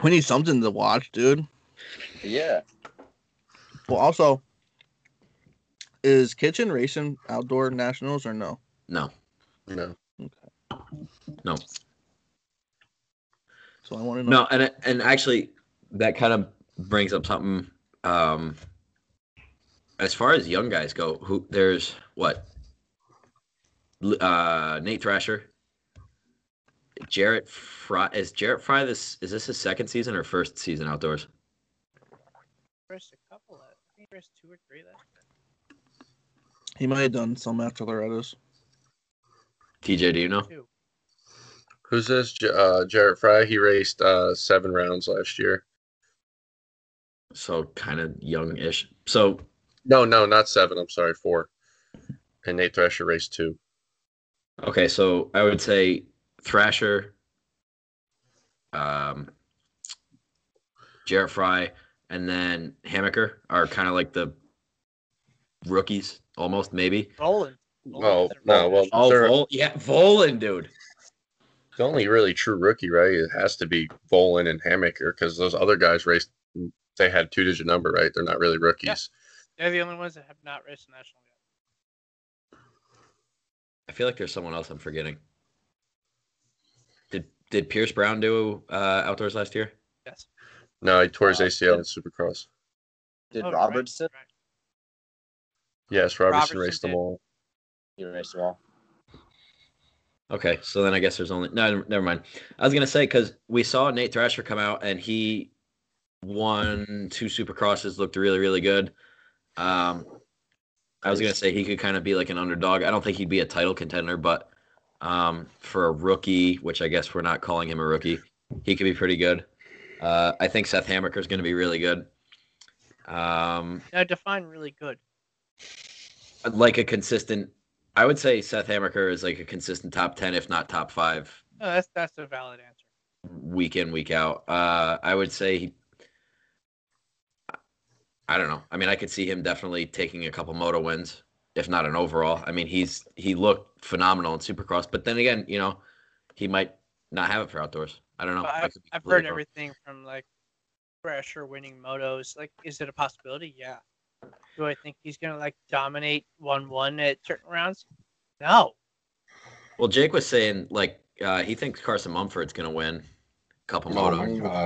Speaker 2: We need something to watch, dude.
Speaker 3: yeah.
Speaker 2: Well, also, is kitchen racing outdoor nationals or no?
Speaker 1: No.
Speaker 6: No.
Speaker 1: No.
Speaker 2: So I want to know.
Speaker 1: No, and and actually, that kind of brings up something. Um, as far as young guys go, who there's what? L- Uh, Nate Thrasher, Jarrett Fry. Is Jarrett Fry this? Is this his second season or first season outdoors?
Speaker 5: Raced a couple of. I think he raced two or three. That
Speaker 2: He might have done some after Loretta's.
Speaker 1: TJ, do you know?
Speaker 5: two.
Speaker 6: Who's this? J- uh, Jarrett Fry. He raced uh, seven rounds last year.
Speaker 1: So kind of young-ish. So
Speaker 6: No, no, not seven. I'm sorry, four. And Nate Thrasher raced two.
Speaker 1: Okay, so I would say Thrasher, um, Jarrett Fry, and then Hamaker are kind of like the rookies, almost maybe.
Speaker 5: Roland.
Speaker 7: No, no. Well,
Speaker 1: Oh,
Speaker 7: they're-
Speaker 1: Vol- yeah, Volan, dude.
Speaker 7: the only really true rookie, right? It has to be Bolin and Hamaker because those other guys raced. They had two digit number, right? They're not really rookies.
Speaker 5: They're the only ones that have not raced national yet.
Speaker 1: I feel like there's someone else I'm forgetting. Did did Pierce Brown do uh, outdoors last year?
Speaker 5: Yes.
Speaker 7: No, he tore his
Speaker 3: Uh,
Speaker 7: ACL in Supercross.
Speaker 3: Did
Speaker 5: Oh, right,
Speaker 3: Robertson?
Speaker 5: right.
Speaker 7: Yes, Robertson,
Speaker 5: Robertson
Speaker 7: raced them
Speaker 5: did.
Speaker 7: all.
Speaker 3: You erased them all.
Speaker 1: Okay, so then I guess there's only no. Never mind. I was gonna say because we saw Nate Thrasher come out and he won two Supercrosses, looked really really good. Um, I was gonna say he could kind of be like an underdog. I don't think he'd be a title contender, but um, for a rookie, which I guess we're not calling him a rookie, he could be pretty good. Uh, I think Seth Hamaker's gonna be really good. Um,
Speaker 5: Now define really good.
Speaker 1: like a consistent. I would say Seth Hamaker is like a consistent top ten, if not top five
Speaker 5: No, that's that's a valid answer.
Speaker 1: week in week out. Uh, I would say he. I don't know. I mean, I could see him definitely taking a couple moto wins, if not an overall. I mean, he's he looked phenomenal in Supercross, but then again, you know, he might not have it for outdoors. I don't know.
Speaker 5: But
Speaker 1: I
Speaker 5: I've,
Speaker 1: could be
Speaker 5: I've
Speaker 1: completely
Speaker 5: heard
Speaker 1: wrong.
Speaker 5: everything from like pressure winning motos. Like, is it a possibility? Yeah. Do I think he's gonna like dominate one one at certain rounds? No.
Speaker 1: Well, Jake was saying like uh, he thinks Carson Mumford's gonna win a couple
Speaker 6: Oh
Speaker 1: moto.
Speaker 6: my god.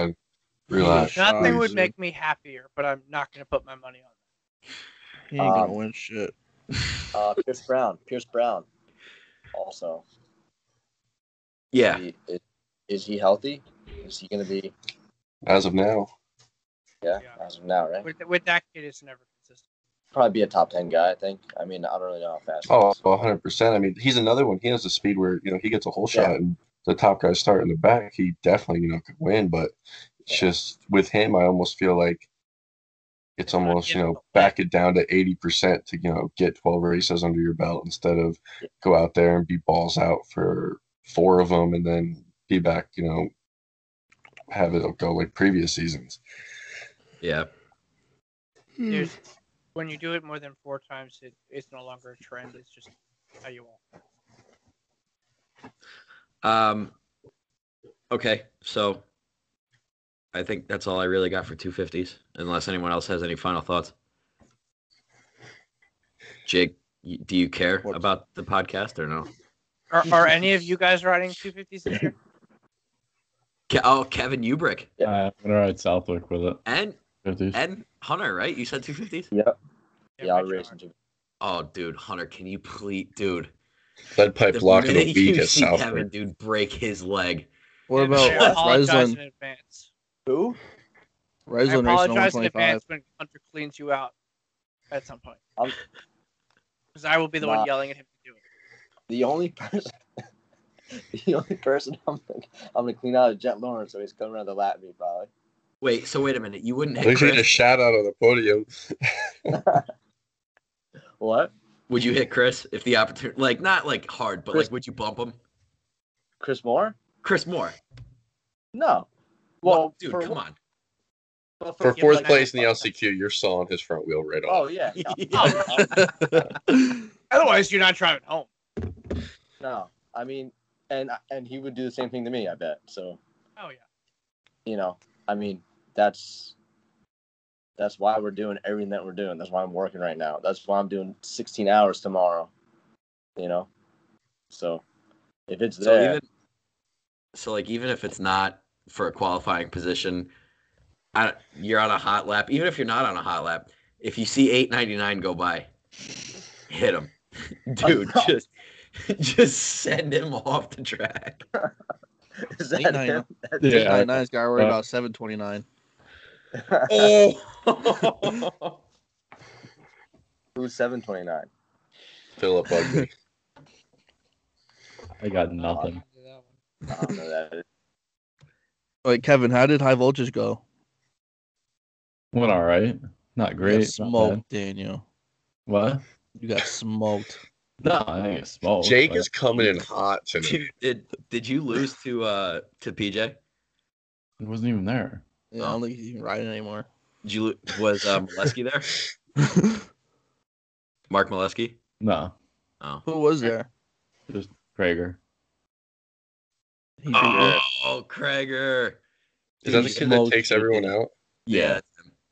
Speaker 2: Relax.
Speaker 6: Relax.
Speaker 2: Shot
Speaker 5: Nothing would
Speaker 6: easy.
Speaker 5: make me happier, but I'm not gonna put my money on. it.
Speaker 2: He ain't gonna
Speaker 3: Um,
Speaker 2: win shit.
Speaker 3: Uh, Pierce Brown. Pierce Brown. Also.
Speaker 1: Yeah,
Speaker 3: He- is, is he healthy? Is he going to be?
Speaker 6: As of now.
Speaker 3: Yeah,
Speaker 5: Yeah.
Speaker 3: As of now, right?
Speaker 5: With, with that kid, it's never consistent.
Speaker 3: Probably be a top ten guy. I think. I mean, I don't really know how fast.
Speaker 6: Oh, 100 percent. I mean, he's another one. He has the speed where you know he gets a whole shot, and the top guys start in the back. He definitely you know could win, but it's just with him, I almost feel like it's
Speaker 5: Not
Speaker 6: almost you
Speaker 5: getting
Speaker 6: know
Speaker 5: the win.
Speaker 6: back it down to 80 percent to you know get 12 races under your belt instead of go out there and be balls out for four of them and then be back you know have it go like previous seasons.
Speaker 1: yeah.
Speaker 5: There's when you do it more than four times, it, it's no longer a trend. It's just how you are.
Speaker 1: Um, okay, so I think that's all I really got for 250s, unless anyone else has any final thoughts. Jake, y- do you care
Speaker 2: What?
Speaker 1: about the podcast or no?
Speaker 5: Are, are any of you guys riding 250s this year?
Speaker 1: Ke- oh, Kevin Ubrick
Speaker 3: Yeah.
Speaker 4: Uh, I'm gonna ride Southwick with it.
Speaker 1: and
Speaker 4: 50s.
Speaker 1: and Hunter, right? You said 250s?
Speaker 3: Yeah, I'll
Speaker 5: Rich
Speaker 3: race
Speaker 5: Hunter.
Speaker 3: him.
Speaker 1: Oh, dude, Hunter, can you please, dude?
Speaker 7: Lead pipe lock in
Speaker 1: minute
Speaker 7: a week
Speaker 1: you
Speaker 7: at
Speaker 1: see Kevin,
Speaker 7: Southwick.
Speaker 1: dude, break his leg.
Speaker 2: What
Speaker 5: And
Speaker 2: about
Speaker 5: I apologize in
Speaker 2: Reslin?
Speaker 5: advance.
Speaker 3: Who?
Speaker 5: I
Speaker 2: Reslin racing
Speaker 5: apologize in
Speaker 2: 125.
Speaker 5: advance when Hunter cleans you out at some point.
Speaker 3: I'm-
Speaker 5: Because I will be the
Speaker 3: Nah.
Speaker 5: one yelling at him to do it.
Speaker 3: The only person. the only person I'm gonna, I'm gonna clean out is Jet Lawrence, so he's coming around the lap at me probably.
Speaker 1: Wait, so wait a minute. You wouldn't
Speaker 7: At
Speaker 1: hit
Speaker 7: least you get a
Speaker 1: Chris?
Speaker 7: shout out on the podium.
Speaker 3: What?
Speaker 1: Would you hit Chris if the opportunity, like, not like hard, but
Speaker 3: Chris-
Speaker 1: like, would you bump him?
Speaker 3: Chris Moore?
Speaker 1: Chris Moore.
Speaker 3: No.
Speaker 1: Well,
Speaker 3: Well,
Speaker 1: dude,
Speaker 3: for,
Speaker 1: come on.
Speaker 3: but
Speaker 7: For
Speaker 5: Yeah,
Speaker 7: fourth
Speaker 5: but-
Speaker 7: place in the LCQ, you're sawing his front wheel right off.
Speaker 3: Oh yeah. No.
Speaker 5: Otherwise, you're not driving home.
Speaker 3: no. I mean, and and he would do the same thing to me. I bet. So
Speaker 5: Oh yeah.
Speaker 3: you know, I mean, that's that's why we're doing everything that we're doing. That's why I'm working right now. That's why I'm doing 16 hours tomorrow. You know, so if it's
Speaker 1: So
Speaker 3: there,
Speaker 1: even so, like even if it's not for a qualifying position, I, you're on a hot lap. Even if you're not on a hot lap, if you see 899 go by, hit him, dude. just just send him off the track.
Speaker 3: is that
Speaker 2: 899.
Speaker 3: him?
Speaker 4: Yeah.
Speaker 2: 899's got worried
Speaker 4: Uh,
Speaker 2: about 729.
Speaker 1: Oh,
Speaker 3: Who's 729?
Speaker 7: Philip Ugly.
Speaker 4: I got nothing.
Speaker 3: I don't know who that. is.
Speaker 2: Wait, Kevin, how did high voltage go?
Speaker 4: Went all right. Not
Speaker 2: You
Speaker 4: great.
Speaker 2: got
Speaker 4: Not bad.
Speaker 2: smoked, Daniel.
Speaker 4: What?
Speaker 2: You got smoked.
Speaker 4: No, I think it's small.
Speaker 6: Jake is coming in hot tonight.
Speaker 1: Dude, did did you lose to uh to PJ?
Speaker 4: It wasn't even there.
Speaker 2: You know, I don't think he's even riding anymore.
Speaker 1: Did you lo- was uh, Molesky there? Mark Molesky.
Speaker 4: No,
Speaker 1: Oh.
Speaker 2: Who was there?
Speaker 4: just Krager.
Speaker 2: He
Speaker 1: Oh, Krager.
Speaker 6: Is that the
Speaker 1: He
Speaker 6: kid that
Speaker 1: smoked
Speaker 6: takes
Speaker 1: you,
Speaker 6: everyone
Speaker 1: dude.
Speaker 6: out?
Speaker 1: Yeah.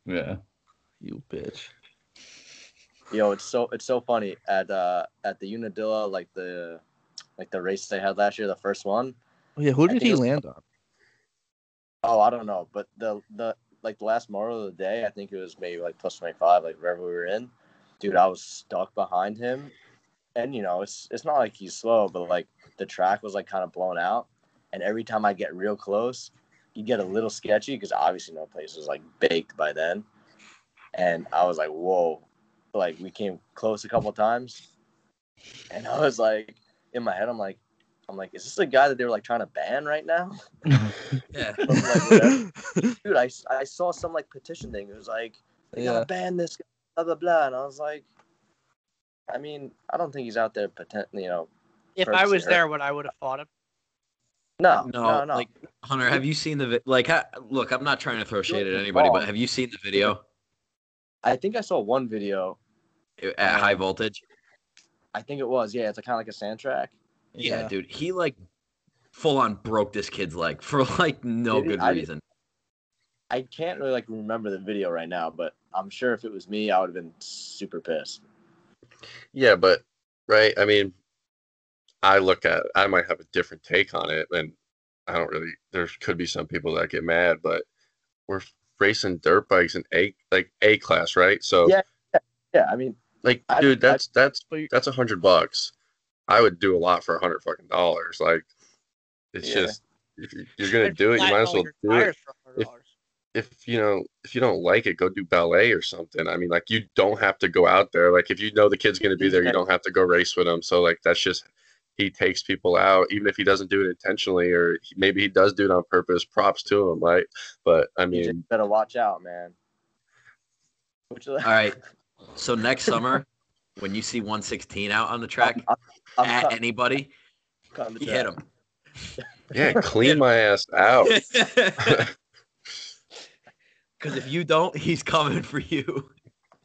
Speaker 4: Yeah.
Speaker 2: You bitch.
Speaker 3: Yo, it's so it's so funny at uh at the Unadilla like the like the race they had last year, the first one.
Speaker 2: Oh, yeah, who
Speaker 3: I
Speaker 2: did
Speaker 3: think
Speaker 2: he
Speaker 3: it was-
Speaker 2: land on?
Speaker 3: Oh, I don't know, but the the like the last moral of the day, I think it was maybe like plus twenty five, like wherever we were in. Dude, I was stuck behind him, and you know it's it's not like he's slow, but like the track was like kind of blown out, and every time I get real close, you get a little sketchy because obviously no place was like baked by then, and I was like, whoa, like we came close a couple times, and I was like in my head, I'm like, I'm like, is this the guy that they were like trying to ban right now?
Speaker 1: Yeah.
Speaker 3: But, like, whatever dude, I, I saw some like petition thing. It was like, they
Speaker 2: yeah.
Speaker 3: gotta ban this, guy, blah, blah, blah. And I was like, I mean, I don't think he's out there, potent, you know,
Speaker 5: If
Speaker 3: First
Speaker 5: I was
Speaker 3: year.
Speaker 5: there, would I would have fought him?
Speaker 3: no,
Speaker 1: No,
Speaker 3: no, no.
Speaker 1: like Hunter, have you seen the vi- like? Ha- look, I'm not trying to throw shade at anybody, but have you seen the video
Speaker 3: I think I saw one video.
Speaker 1: at high voltage?
Speaker 3: I think it was, yeah, it's kind of like a sand track.
Speaker 1: Yeah, dude, he like full on broke this kid's leg for like no
Speaker 3: Dude,
Speaker 1: good
Speaker 3: I-
Speaker 1: reason.
Speaker 3: I can't really like remember the video right now, but I'm sure if it was me, I would have been super pissed.
Speaker 6: Yeah, but right. I mean, I look at. I might have a different take on it, and I don't really. There could be some people that get mad, but we're racing dirt bikes in a like a class, right? So
Speaker 3: Yeah. Yeah, I mean,
Speaker 6: like,
Speaker 3: I-
Speaker 6: dude,
Speaker 3: I-
Speaker 6: that's that's
Speaker 2: but you-
Speaker 6: that's a hundred bucks. I would do a lot for a hundred fucking dollars. Like, it's
Speaker 3: Yeah.
Speaker 6: just if you- you're gonna do it, you might as well do it If- if you know if you don't like it go do ballet or something i mean like you don't have to go out there like if you know the kid's going to be there you don't have to go race with him so like that's just he takes people out even if he doesn't do it intentionally or he- maybe he does do it on purpose props to him right but i
Speaker 3: you
Speaker 6: mean
Speaker 3: just better watch out, man. Which uh, is,
Speaker 1: All right, so next summer, when you see 116 out on the track
Speaker 3: I'm, I'm,
Speaker 1: at
Speaker 3: cutting-
Speaker 1: anybody,
Speaker 3: cutting the
Speaker 1: he hit
Speaker 3: track.
Speaker 1: him.
Speaker 6: yeah clean my ass out Oh.
Speaker 1: Because if you don't, he's coming for you.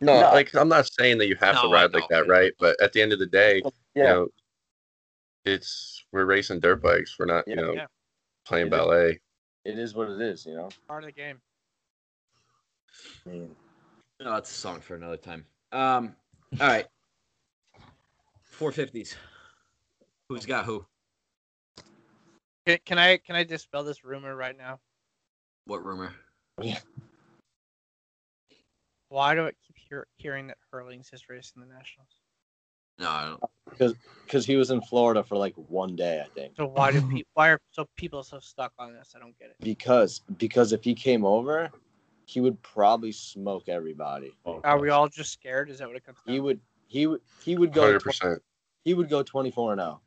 Speaker 6: no,
Speaker 3: No.
Speaker 6: like i'm not saying that you have
Speaker 1: No,
Speaker 6: to
Speaker 1: I
Speaker 6: ride like
Speaker 1: know.
Speaker 6: that right but at the end of the day
Speaker 3: Yeah.
Speaker 6: you know it's we're racing dirt bikes we're not
Speaker 3: Yeah.
Speaker 6: you know
Speaker 5: Yeah.
Speaker 6: playing
Speaker 3: Yeah.
Speaker 6: ballet
Speaker 3: It is what it is, you know.
Speaker 5: Part of the game.
Speaker 3: I mean,
Speaker 1: No, that's a song for another time. Um, all right, 450s. Who's got who?
Speaker 5: Can, can I can I dispel this rumor right now?
Speaker 1: What rumor?
Speaker 5: Why do I keep hear, hearing that Hurling's his race in the Nationals?
Speaker 1: No, I don't.
Speaker 3: because he was in Florida for like one day, I think.
Speaker 5: So why do people why are so people so stuck on this? I don't get it.
Speaker 3: Because because if he came over, he would probably smoke everybody.
Speaker 5: Are we all just scared? Is that what it comes down?
Speaker 3: He
Speaker 5: to?
Speaker 3: would he would he would go
Speaker 6: 100
Speaker 3: tw-
Speaker 6: percent
Speaker 3: he would go twenty four and zero.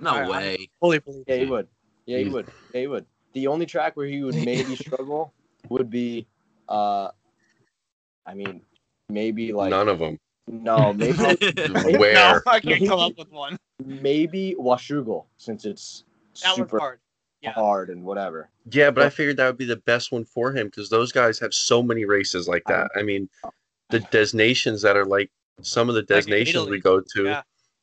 Speaker 1: No
Speaker 5: I- I-
Speaker 1: way.
Speaker 5: fully believe.
Speaker 3: Yeah, he
Speaker 5: that.
Speaker 3: would. Yeah, he
Speaker 4: He's-
Speaker 3: would. Yeah, he would. The only track where he would maybe struggle would be, uh, I mean, maybe like
Speaker 6: none of them
Speaker 3: no, maybe like,
Speaker 6: where
Speaker 5: No, I can't come up with one.
Speaker 3: maybe Washugal since it's
Speaker 5: That
Speaker 3: super
Speaker 5: was hard. Yeah.
Speaker 3: hard and whatever.
Speaker 6: Yeah, but I
Speaker 3: But-
Speaker 6: figured that would be the best one for him because those guys have so many races like that. I mean, the designations that are like some of the
Speaker 5: Like in
Speaker 6: designations
Speaker 5: Italy,
Speaker 6: we go to,
Speaker 5: yeah.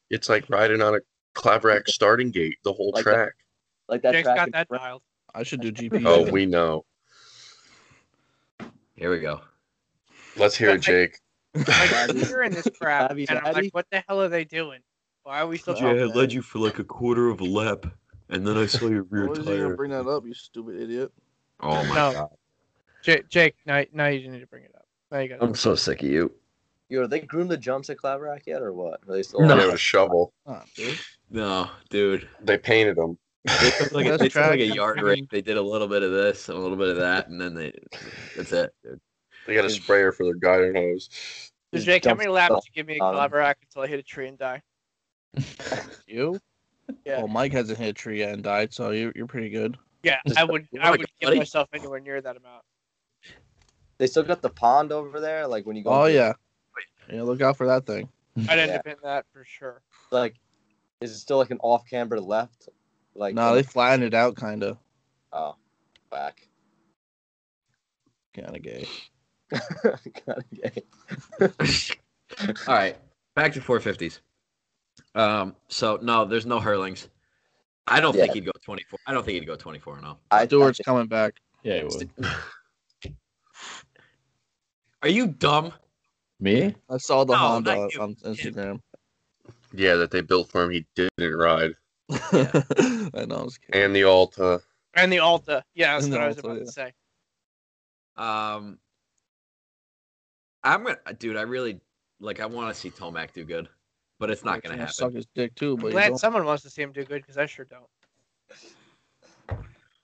Speaker 6: it's like riding on a Claverack starting gate the whole
Speaker 3: Like that
Speaker 6: track.
Speaker 3: Like that
Speaker 5: Jake's
Speaker 3: track.
Speaker 5: got
Speaker 3: in
Speaker 5: that
Speaker 3: Fran-
Speaker 5: dialed.
Speaker 2: I should do GP.
Speaker 6: Oh, we know.
Speaker 1: Here we go.
Speaker 6: Let's hear it, Jake.
Speaker 5: Like, I'm
Speaker 3: Savvy-
Speaker 5: hearing this crap,
Speaker 3: savvy,
Speaker 5: and I'm
Speaker 3: savvy.
Speaker 5: like, what the hell are they doing? Why are we still?
Speaker 2: Yeah, I
Speaker 5: talking?
Speaker 2: led
Speaker 8: you for like a quarter of a lap, and then I saw your
Speaker 2: Why was he gonna bring that up, you stupid idiot?
Speaker 1: Oh my
Speaker 5: No.
Speaker 1: god.
Speaker 5: Jake, Jake, now, now you need to bring it up. Now you got.
Speaker 1: I'm so sick of you.
Speaker 3: Yo, they groomed the jumps at Claverack yet, or what? Are they still
Speaker 6: No.
Speaker 1: No.
Speaker 6: They had a shovel.
Speaker 2: Come on, dude.
Speaker 1: No, dude.
Speaker 6: They painted them.
Speaker 1: They took like, a,
Speaker 2: That's
Speaker 1: they took like a
Speaker 2: trash.
Speaker 1: yard rake. They did a little bit of this and a little bit of that, and then they that's it. Dude.
Speaker 6: They got a sprayer for their guiding hose.
Speaker 5: So
Speaker 3: Just
Speaker 5: Jake, how
Speaker 3: dump
Speaker 5: many laps
Speaker 3: stuff
Speaker 5: you give me a
Speaker 3: on 'em.
Speaker 5: Claverack until I hit a tree and die?
Speaker 2: You?
Speaker 5: Yeah.
Speaker 2: Well, Mike hasn't hit a tree yet and died, so you're, you're pretty good.
Speaker 5: Yeah, I would.
Speaker 1: Oh
Speaker 5: I
Speaker 1: my
Speaker 5: would give
Speaker 1: God.
Speaker 5: myself anywhere near that amount.
Speaker 3: They still got the pond over there, like when you go.
Speaker 2: Oh
Speaker 3: into-
Speaker 2: yeah. Yeah, look out for that thing.
Speaker 5: I'd end up in that for sure.
Speaker 3: like, is it still like an off camber left? Like,
Speaker 2: no, they flattened it out kind of.
Speaker 3: oh, back.
Speaker 2: Kind of gay.
Speaker 3: Kinda gay.
Speaker 1: All right, back to 450s. Um, so no, there's no hurlings. I don't think
Speaker 3: Yeah.
Speaker 1: he'd go 24. I don't think he'd go 24 and 0.
Speaker 3: I
Speaker 2: Stewart's
Speaker 3: think-
Speaker 2: coming back.
Speaker 4: Yeah, it would.
Speaker 1: Are you dumb?
Speaker 4: Me?
Speaker 2: I saw the
Speaker 1: No,
Speaker 2: Honda
Speaker 1: not you.
Speaker 2: on Instagram.
Speaker 7: Yeah, that they built for him. He didn't ride,
Speaker 2: I know. I was kidding.
Speaker 7: and the Alta.
Speaker 5: And the Alta. Yeah, that's
Speaker 2: And
Speaker 5: what
Speaker 2: the
Speaker 5: I was
Speaker 2: Alta,
Speaker 5: about
Speaker 2: yeah.
Speaker 5: to say.
Speaker 1: Um, I'm gonna, dude. I really like. I want to see Tomac do good, but it's not gonna
Speaker 2: Trying to
Speaker 1: happen.
Speaker 2: Suck his dick too,
Speaker 5: I'm
Speaker 2: but you
Speaker 5: glad
Speaker 2: don't.
Speaker 5: someone wants to see him do good because I sure don't.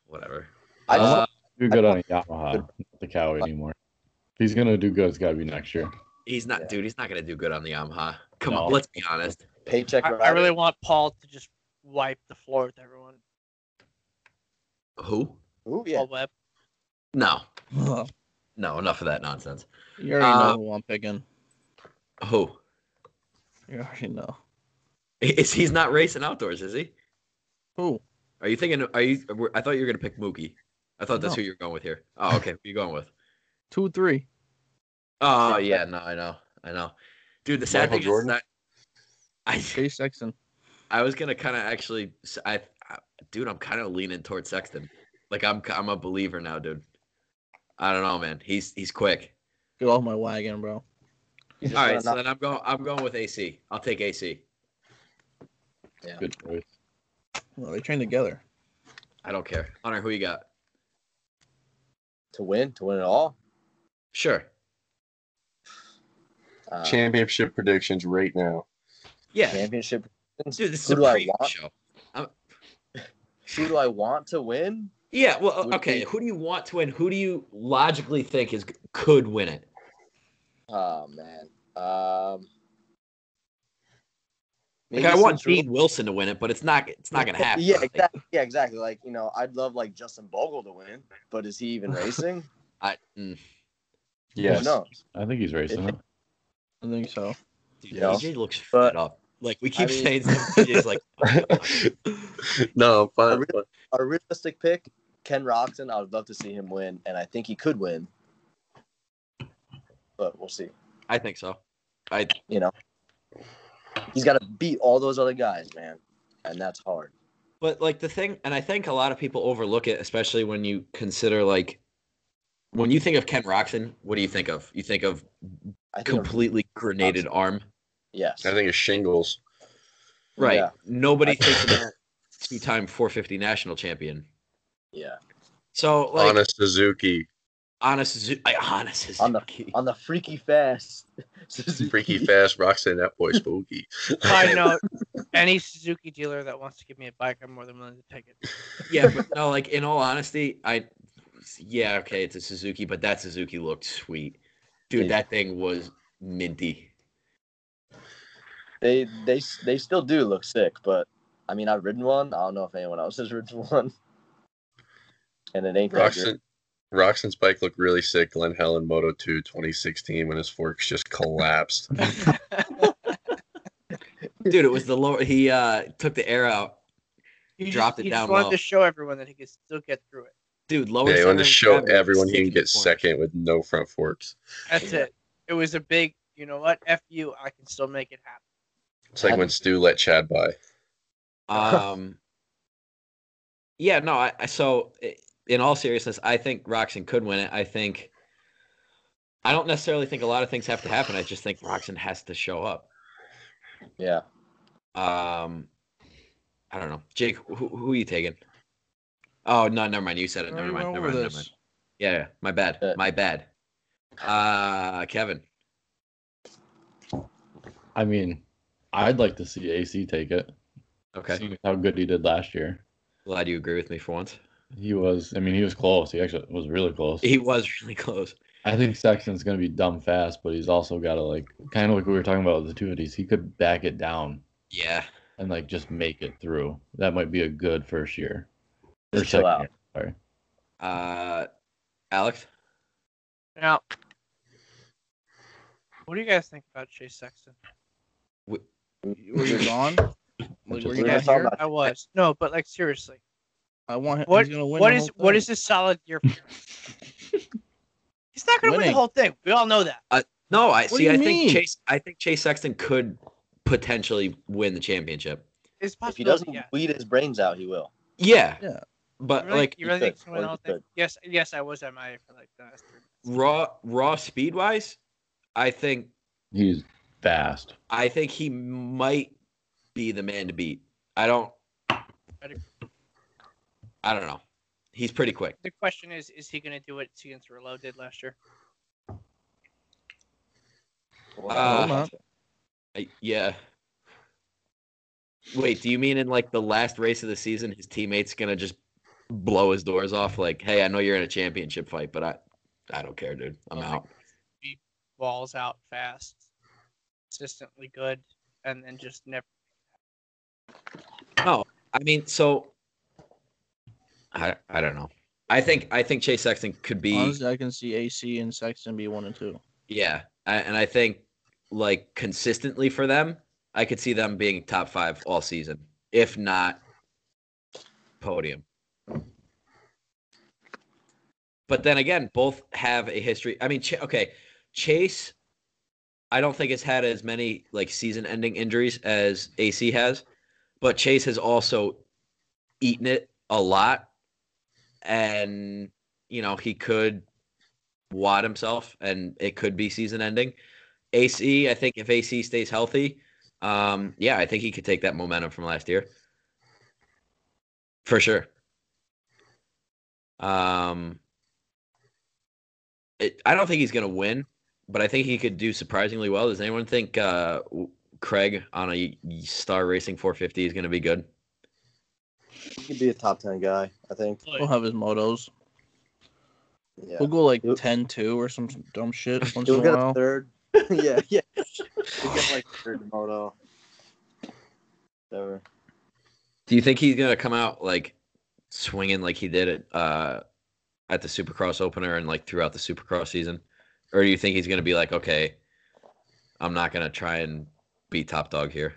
Speaker 1: Whatever.
Speaker 3: I just,
Speaker 1: Uh,
Speaker 4: Do good on a Yamaha, not the Cowie anymore. If he's gonna do good. It's gotta be next year.
Speaker 1: he's not,
Speaker 3: yeah.
Speaker 1: dude. He's not gonna do good on the Yamaha. Come
Speaker 4: No.
Speaker 1: on, let's be honest.
Speaker 3: paycheck.
Speaker 5: I, I
Speaker 3: rider.
Speaker 5: really want Paul to just wipe the floor with everyone.
Speaker 1: Who?
Speaker 3: Ooh, yeah.
Speaker 5: Paul Webb.
Speaker 1: No,
Speaker 2: Huh.
Speaker 1: no. Enough of that nonsense.
Speaker 2: you already
Speaker 1: Uh,
Speaker 2: know who I'm picking.
Speaker 1: Who?
Speaker 2: You already know.
Speaker 1: Is he's not racing outdoors? Is he?
Speaker 2: Who?
Speaker 1: Are you thinking? Are you? were- I thought you were gonna pick Mookie. I thought that's
Speaker 2: No.
Speaker 1: who you're going with here. Oh, okay. Who you going with?
Speaker 2: Two, three.
Speaker 1: Oh yeah, no, I know, I know, dude. The sad
Speaker 7: Michael
Speaker 1: thing
Speaker 7: Jordan?
Speaker 1: is that
Speaker 2: Chase Sexton.
Speaker 1: I, I was gonna kind of actually, s- I, I- dude, I'm kind of leaning toward Sexton. Like I'm, I'm a believer now, dude. I don't know, man. He's he's quick.
Speaker 2: Get off my wagon, bro.
Speaker 3: He's just
Speaker 1: All right,
Speaker 3: gonna
Speaker 1: so
Speaker 3: knock-
Speaker 1: then I'm going, I'm going with AC. I'll take AC.
Speaker 4: Good choice.
Speaker 2: Well, they train together.
Speaker 1: I don't care. Hunter, who you got?
Speaker 3: to win, to win it all.
Speaker 1: Sure.
Speaker 3: Uh,
Speaker 6: Championship predictions right now.
Speaker 1: Yeah,
Speaker 3: championship.
Speaker 1: dude, this is
Speaker 3: Who
Speaker 1: a
Speaker 3: do I
Speaker 1: preview
Speaker 3: want?
Speaker 1: show.
Speaker 3: Who do I want to win?
Speaker 1: Yeah, well,
Speaker 3: Would
Speaker 1: okay.
Speaker 3: be-
Speaker 1: Who do you want to win? Who do you logically think is could win it?
Speaker 3: Oh man. Um.
Speaker 1: Like,
Speaker 3: maybe
Speaker 1: I want
Speaker 3: since we're-
Speaker 1: Dean Wilson to win it, but it's not, it's not gonna happen.
Speaker 3: Yeah,
Speaker 1: I think.
Speaker 3: exactly. Yeah, exactly. Like you know, I'd love like Justin Bogle to win, but is he even racing?
Speaker 1: I, mm.
Speaker 6: Yes.
Speaker 3: Who knows?
Speaker 4: I think he's racing. It.
Speaker 2: I think so.
Speaker 1: Dude,
Speaker 3: Yeah.
Speaker 1: AJ looks
Speaker 3: But-
Speaker 1: fed up. Like we keep
Speaker 3: mean-
Speaker 1: saying, something, AJ's like,
Speaker 7: no, I'm
Speaker 3: I
Speaker 7: fine.
Speaker 3: really- A realistic pick, Ken Roxon. I would love to see him win, and I think he could win, but we'll see.
Speaker 1: I think so. I
Speaker 3: You know, he's got to beat all those other guys, man, and that's hard.
Speaker 1: but like the thing, and I think a lot of people overlook it, especially when you consider like when you think of Ken Roxon, what do you think of? You think of
Speaker 3: I think.
Speaker 1: completely grenaded arm,
Speaker 3: yes.
Speaker 7: I think it's shingles.
Speaker 1: right?
Speaker 3: Yeah.
Speaker 1: Nobody thinks about two-time 450 national champion.
Speaker 3: Yeah.
Speaker 1: So like
Speaker 7: Honest Suzuki,
Speaker 1: honest, Suzu- I- honest
Speaker 3: On the-
Speaker 1: Suzuki.
Speaker 3: On the freaky fast. Suzuki.
Speaker 7: freaky fast, Roxanne, that boy spooky.
Speaker 5: Side note: any Suzuki dealer that wants to give me a bike, I'm more than willing to take it.
Speaker 1: yeah, but no, like in all honesty, I yeah, okay, it's a Suzuki, but that Suzuki looked sweet. Dude,
Speaker 7: Yeah.
Speaker 1: that thing was minty.
Speaker 3: They they they still do look sick, but I mean I've ridden one. I don't know if anyone else has ridden one. And it ain't that good.
Speaker 7: Roxanne, Roxanne's bike looked really sick. Glen Helen Moto 2 2016 when his forks just collapsed.
Speaker 1: Dude, it was the lower he uh took the air out.
Speaker 5: He
Speaker 1: Dropped
Speaker 5: just,
Speaker 1: it
Speaker 5: he
Speaker 1: down
Speaker 5: just wanted
Speaker 1: low.
Speaker 5: to show everyone that he could still get through it.
Speaker 1: Dude, lower
Speaker 7: yeah, on
Speaker 1: center
Speaker 7: the show,
Speaker 1: gravity was
Speaker 7: everyone he
Speaker 1: sick
Speaker 7: can
Speaker 1: in the
Speaker 7: get
Speaker 1: corner.
Speaker 7: second with no front forks.
Speaker 5: That's it. It was a big, you know what? F you, I can still make it happen.
Speaker 7: It's like when Stu let Chad by.
Speaker 1: Um Yeah, no, I, I so i- in all seriousness, I think Roxon could win it. I think I don't necessarily think a lot of things have to happen. I just think Roxon has to show up.
Speaker 3: Yeah.
Speaker 1: Um, I don't know, Jake. Who, who are you taking? Oh no, never mind. You said it.
Speaker 2: We
Speaker 1: Never
Speaker 2: already
Speaker 1: mind.
Speaker 2: went
Speaker 1: Never
Speaker 2: over
Speaker 1: mind. Never
Speaker 2: this.
Speaker 1: mind. Yeah, yeah, my bad.
Speaker 3: Uh,
Speaker 1: my bad. Uh, Kevin.
Speaker 4: I mean, I'd like to see AC take it.
Speaker 1: Okay,
Speaker 4: Seeing how good he did last year.
Speaker 1: glad you agree with me for once.
Speaker 4: He was. I mean, he was close. He actually was really close.
Speaker 1: He was really close.
Speaker 4: I think Sexton's going to be dumb fast, but he's also got to like kind of like we were talking about with the two of these. He could back it down
Speaker 1: Yeah,
Speaker 4: and like just make it through. That might be a good first year. Or
Speaker 3: Just chill
Speaker 4: second
Speaker 3: out.
Speaker 4: year. Sorry.
Speaker 1: uh, Alex.
Speaker 5: Now, what do you guys think about Chase Sexton?
Speaker 2: Were you gone? Like, were
Speaker 4: We
Speaker 2: you
Speaker 3: were
Speaker 2: not
Speaker 3: just talking
Speaker 2: here?
Speaker 3: about-
Speaker 5: I was no, but like seriously,
Speaker 2: I want him.
Speaker 5: What-
Speaker 2: he's gonna win
Speaker 5: what
Speaker 2: the
Speaker 5: is
Speaker 2: whole
Speaker 5: what
Speaker 2: thing.
Speaker 5: is this solid year? for him? He's not going to win the
Speaker 2: Winning.
Speaker 5: whole thing. We all know that.
Speaker 1: No, I
Speaker 2: What do
Speaker 1: see.
Speaker 2: you
Speaker 1: I
Speaker 2: mean?
Speaker 1: think Chase. I think Chase Sexton could potentially win the championship.
Speaker 3: If
Speaker 5: It's
Speaker 3: he
Speaker 5: possible.
Speaker 3: doesn't
Speaker 5: yeah.
Speaker 3: bleed his brains out, he will.
Speaker 1: Yeah.
Speaker 2: Yeah.
Speaker 1: But
Speaker 5: You really-
Speaker 1: like
Speaker 5: you really
Speaker 3: he
Speaker 5: think
Speaker 3: could.
Speaker 5: someone
Speaker 3: Or he
Speaker 5: else? That,
Speaker 3: could.
Speaker 5: yes, yes, I was at my for like the last three minutes.
Speaker 1: raw raw speed wise, I think
Speaker 4: He's fast.
Speaker 1: I think he might be the man to beat. I don't.
Speaker 5: agree.
Speaker 1: I don't know. He's pretty quick.
Speaker 5: The question is, is he going to do what Season Thurlow did last year?
Speaker 3: Well,
Speaker 1: Uh,
Speaker 2: Hold on.
Speaker 1: I, yeah. Wait, do you mean in like the last race of the season, his teammates gonna just blow his doors off? Like, hey, I know you're in a championship fight, but I, I don't care, dude. I'm
Speaker 5: Oh my
Speaker 1: out.
Speaker 5: He balls out fast, consistently good, and then just never.
Speaker 1: I mean, so I, I don't know. I think I think Chase Sexton could be
Speaker 2: Honestly, I can see AC and Sexton be one and two.
Speaker 1: Yeah, I, and I think like consistently for them, I could see them being top five all season, if not podium. But then again, both have a history. I mean, Ch- okay, Chase, I don't think has had as many like season-ending injuries as AC has, but Chase has also eaten it a lot, and you know he could wad himself and it could be season ending. AC, I think if AC stays healthy, um, yeah, I think he could take that momentum from last year. For sure. Um it, I don't think he's gonna win, but I think he could do surprisingly well. Does anyone think uh w- Craig on a Star Racing 450 is gonna be good?
Speaker 3: he could be a top ten guy, I think.
Speaker 2: We'll have his motos.
Speaker 3: Yeah.
Speaker 2: We'll go like
Speaker 3: Yep.
Speaker 2: 10-2 or some dumb shit once
Speaker 3: He'll
Speaker 2: in a
Speaker 3: get a
Speaker 2: while.
Speaker 3: third. yeah, yeah. He'll get like third moto. Whatever.
Speaker 1: Do you think he's gonna come out like swinging like he did at uh, at the Supercross opener and like throughout the Supercross season, or do you think he's gonna be like, okay, I'm not gonna try and be top dog here?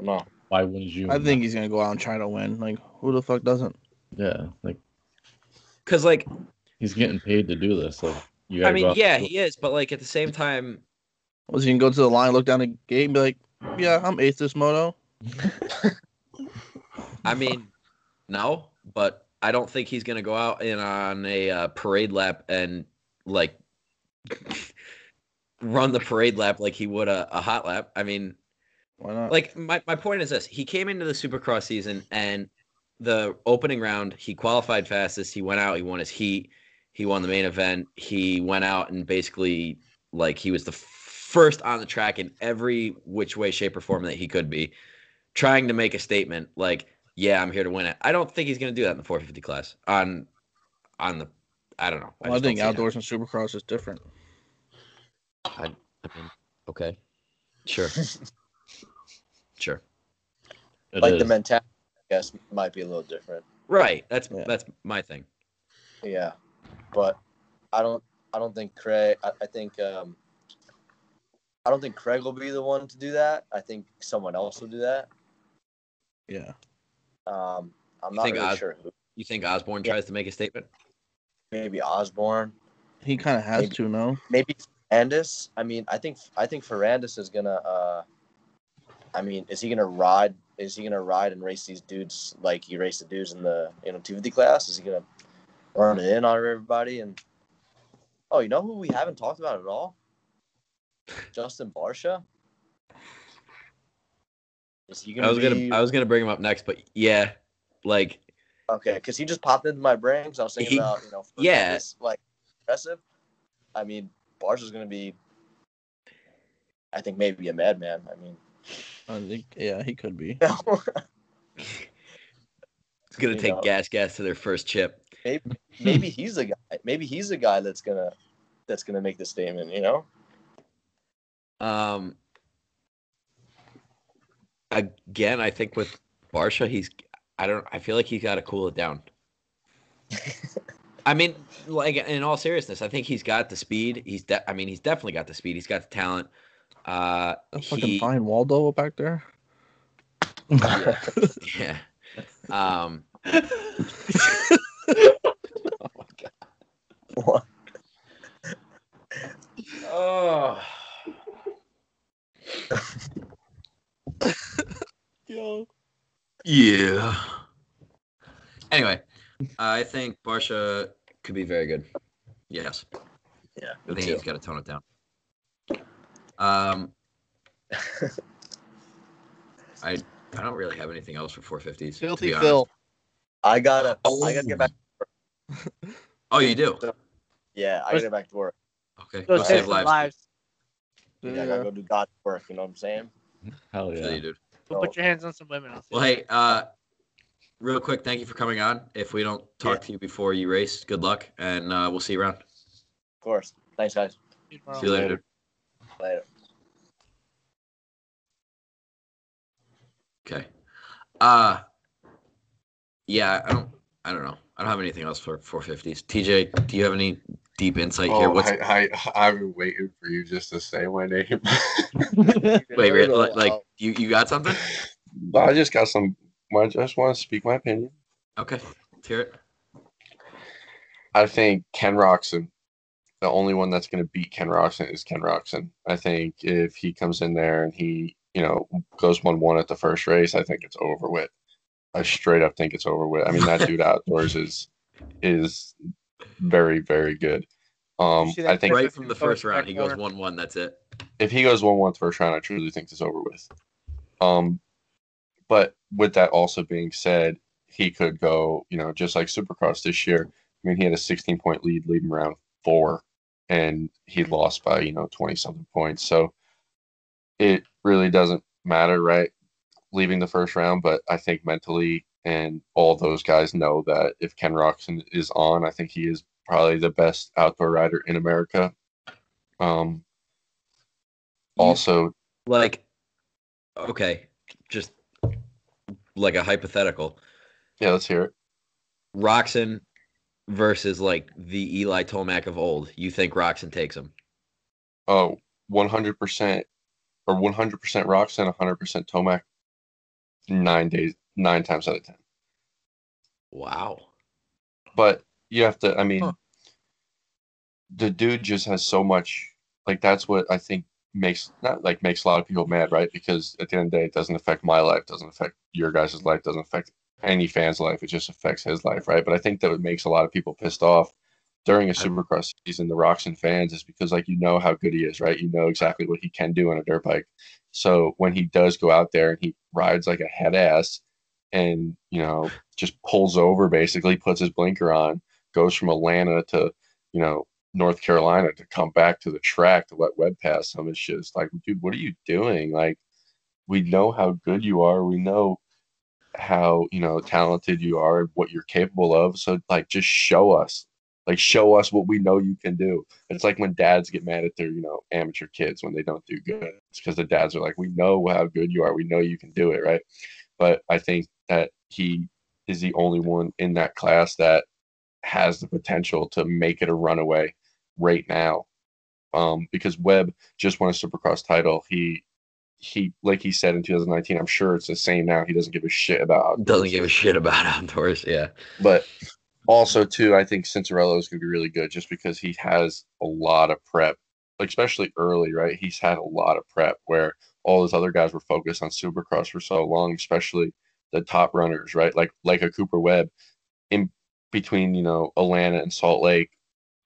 Speaker 3: No.
Speaker 4: Why wouldn't you?
Speaker 2: I think he's gonna go out and try to win. Like who the fuck doesn't?
Speaker 4: Yeah, like
Speaker 1: Because like,
Speaker 4: he's getting paid to do this. Like you gotta
Speaker 1: I
Speaker 4: go
Speaker 1: mean,
Speaker 4: out-
Speaker 1: yeah, he is, but like at the same time,
Speaker 2: Was he gonna go to the line, look down the gate, and be like, "Yeah, I'm eighth this moto."
Speaker 1: I mean, no, but I don't think he's gonna go out in on a uh, parade lap and like run the parade lap like he would a, a hot lap. I mean,
Speaker 2: Why not?
Speaker 1: like my, my point is this he came into the supercross season and the opening round he qualified fastest he went out he won his heat he won the main event he went out and basically like he was the first on the track in every which way shape or form that he could be trying to make a statement like yeah i'm here to win it i don't think he's going to do that in the 450 class on on the i don't know
Speaker 2: Well, I,
Speaker 1: just don't
Speaker 2: think
Speaker 1: see it
Speaker 2: outdoors and supercross is different.
Speaker 1: happening. I mean, okay sure sure
Speaker 4: it
Speaker 3: like the
Speaker 4: is.
Speaker 3: mentality, I guess, might be a little different.
Speaker 1: right that's
Speaker 2: Yeah.
Speaker 1: that's my thing
Speaker 3: Yeah, but I don't. I don't think Craig. I, I think. Um, I don't think Craig will be the one to do that. I think someone else will do that.
Speaker 2: Yeah.
Speaker 3: Um, I'm
Speaker 1: You
Speaker 3: not
Speaker 1: think
Speaker 3: really
Speaker 1: Os-
Speaker 3: sure who.
Speaker 1: You think Osborne
Speaker 3: Yeah.
Speaker 1: tries to make a statement?
Speaker 3: Maybe Osborne.
Speaker 2: He kind of has
Speaker 3: Maybe.
Speaker 2: to, no?
Speaker 3: Maybe Ferrandis. I mean, I think. I think Ferrandis is gonna. Uh, I mean, is he gonna ride? Is he gonna ride and race these dudes like he raced the dudes in the you know 250 class? Is he gonna run it in on everybody? And oh, you know who we haven't talked about at all? Justin Barsha. Is he gonna?
Speaker 1: I was
Speaker 3: be-
Speaker 1: gonna I was gonna bring him up next, but yeah, like
Speaker 3: Okay, because he just popped into my brain because I was thinking
Speaker 1: He-
Speaker 3: about you know for
Speaker 1: yeah.
Speaker 3: this, like impressive. I mean, Barge is going to be, I think maybe a madman. I mean,
Speaker 2: I think, yeah, he could be.
Speaker 1: Hmm. it's gonna
Speaker 3: You
Speaker 1: take
Speaker 3: know.
Speaker 1: gas gas to their first chip.
Speaker 3: maybe maybe he's the guy. Maybe he's the guy that's gonna that's gonna make the statement. You know,
Speaker 1: Um, again, I think with Barsha, he's I don't I feel like he's got to cool it down. I mean, like in all seriousness, I think he's got the speed. He's de- I mean, he's definitely got the speed. He's got the talent. Uh,
Speaker 2: That
Speaker 1: he-
Speaker 2: fucking fine Waldo back there.
Speaker 1: Yeah. Um,
Speaker 3: What?
Speaker 1: oh.
Speaker 2: Yo.
Speaker 9: Yeah.
Speaker 1: Anyway, I think Barsha could be very good. Yes.
Speaker 3: Yeah,
Speaker 1: I think
Speaker 3: too.
Speaker 1: he's got to tone it down. Um, I I don't really have anything else for 450s. to
Speaker 5: Filthy
Speaker 1: be honest.
Speaker 5: Phil.
Speaker 3: I gotta,
Speaker 1: Oh.
Speaker 3: I gotta get back.
Speaker 1: Oh, you do.
Speaker 3: Yeah, I gotta get back to work.
Speaker 1: Okay,
Speaker 5: Go
Speaker 1: go
Speaker 5: save
Speaker 1: save
Speaker 5: some
Speaker 1: lives.
Speaker 5: lives.
Speaker 3: Yeah, I gotta go do God's work. You know what I'm saying?
Speaker 4: Hell
Speaker 1: Yeah,
Speaker 4: yeah.
Speaker 1: you do.
Speaker 5: But put your hands on some women. I'll see.
Speaker 1: Oh. Well, hey, uh, real quick, thank you for coming on. If we don't talk to you before you race, good luck, and uh, we'll see you around.
Speaker 3: Of course. Thanks, guys.
Speaker 5: you tomorrow.
Speaker 1: See you later. dude.
Speaker 3: Later.
Speaker 1: Okay. Uh yeah, I don't I don't know. I don't have anything else for 450s. TJ, do you have any deep insight here?
Speaker 6: Oh,
Speaker 1: What's
Speaker 6: I, I, I've been waiting for you just to say my name.
Speaker 1: wait, wait,
Speaker 3: Nerd
Speaker 1: like,
Speaker 3: all
Speaker 1: like
Speaker 3: out.
Speaker 1: you, you got something?
Speaker 6: But I just got some. I just want to speak my opinion.
Speaker 1: Okay. Let's hear it.
Speaker 6: I think Ken Roxon, the only one that's going to beat Ken Roxon is Ken Roxon. I think if he comes in there and he, you know, goes one one at the first race, I think it's over with. I straight up think it's over with. I mean, that dude outdoors is is very very good. Um,
Speaker 5: You see that
Speaker 6: I think
Speaker 1: Right from the
Speaker 5: Go
Speaker 1: first round,
Speaker 5: back
Speaker 1: he goes
Speaker 5: over.
Speaker 1: one one, that's it.
Speaker 6: if he goes one one first round, I truly think it's over with. Um, but with that also being said, he could go, you know, just like Supercross this year. I mean, he had a 16 point lead leading round four, and he lost by you know 20 something points. So it really doesn't matter, right? Leaving the first round, but I think mentally and all those guys know that if Ken Roxon is on, I think he is probably the best outdoor rider in America. Um, also,
Speaker 1: Like okay, just like a hypothetical.
Speaker 6: yeah, let's hear it.
Speaker 1: Roxon versus like the Eli Tomac of old. You think Roxon takes him?
Speaker 6: Oh, 100% or 100% Roxanne, 100% Tomac, nine days, nine times out of 10.
Speaker 1: Wow.
Speaker 6: But you have to, I mean,
Speaker 2: Huh.
Speaker 6: the dude just has so much, like, that's what I think makes, not like makes a lot of people mad, right? Because at the end of the day, it doesn't affect my life, doesn't affect your guys' life, doesn't affect any fan's life. It just affects his life, right? But I think that what makes a lot of people pissed off during a Supercross season, the Roxon fans, is because like you know how good he is, right? You know exactly what he can do on a dirt bike. So when he does go out there and he rides like a head ass, and you know just pulls over basically, puts his blinker on, goes from Atlanta to you know North Carolina to come back to the track to let Webb pass him, it's just like, dude, what are you doing? Like we know how good you are. We know how you know talented you are and what you're capable of. So like, just show us. Like, show us what we know you can do. It's like when dads get mad at their you know amateur kids when they don't do good. It's because the dads are like, we know how good you are. We know you can do it, right? But I think that he is the only one in that class that has the potential to make it a runaway right now. Um, because Webb just won a Supercross title. He he like he said in 2019. I'm sure it's the same now. He doesn't give a shit about
Speaker 1: Doesn't give a shit about outdoors. Yeah.
Speaker 6: but also too, I think Cincerello is going to be really good just because he has a lot of prep, like, especially early, right? He's had a lot of prep where all those other guys were focused on Supercross for so long, especially the top runners, right? Like like a Cooper Webb in between, you know, Atlanta and Salt Lake.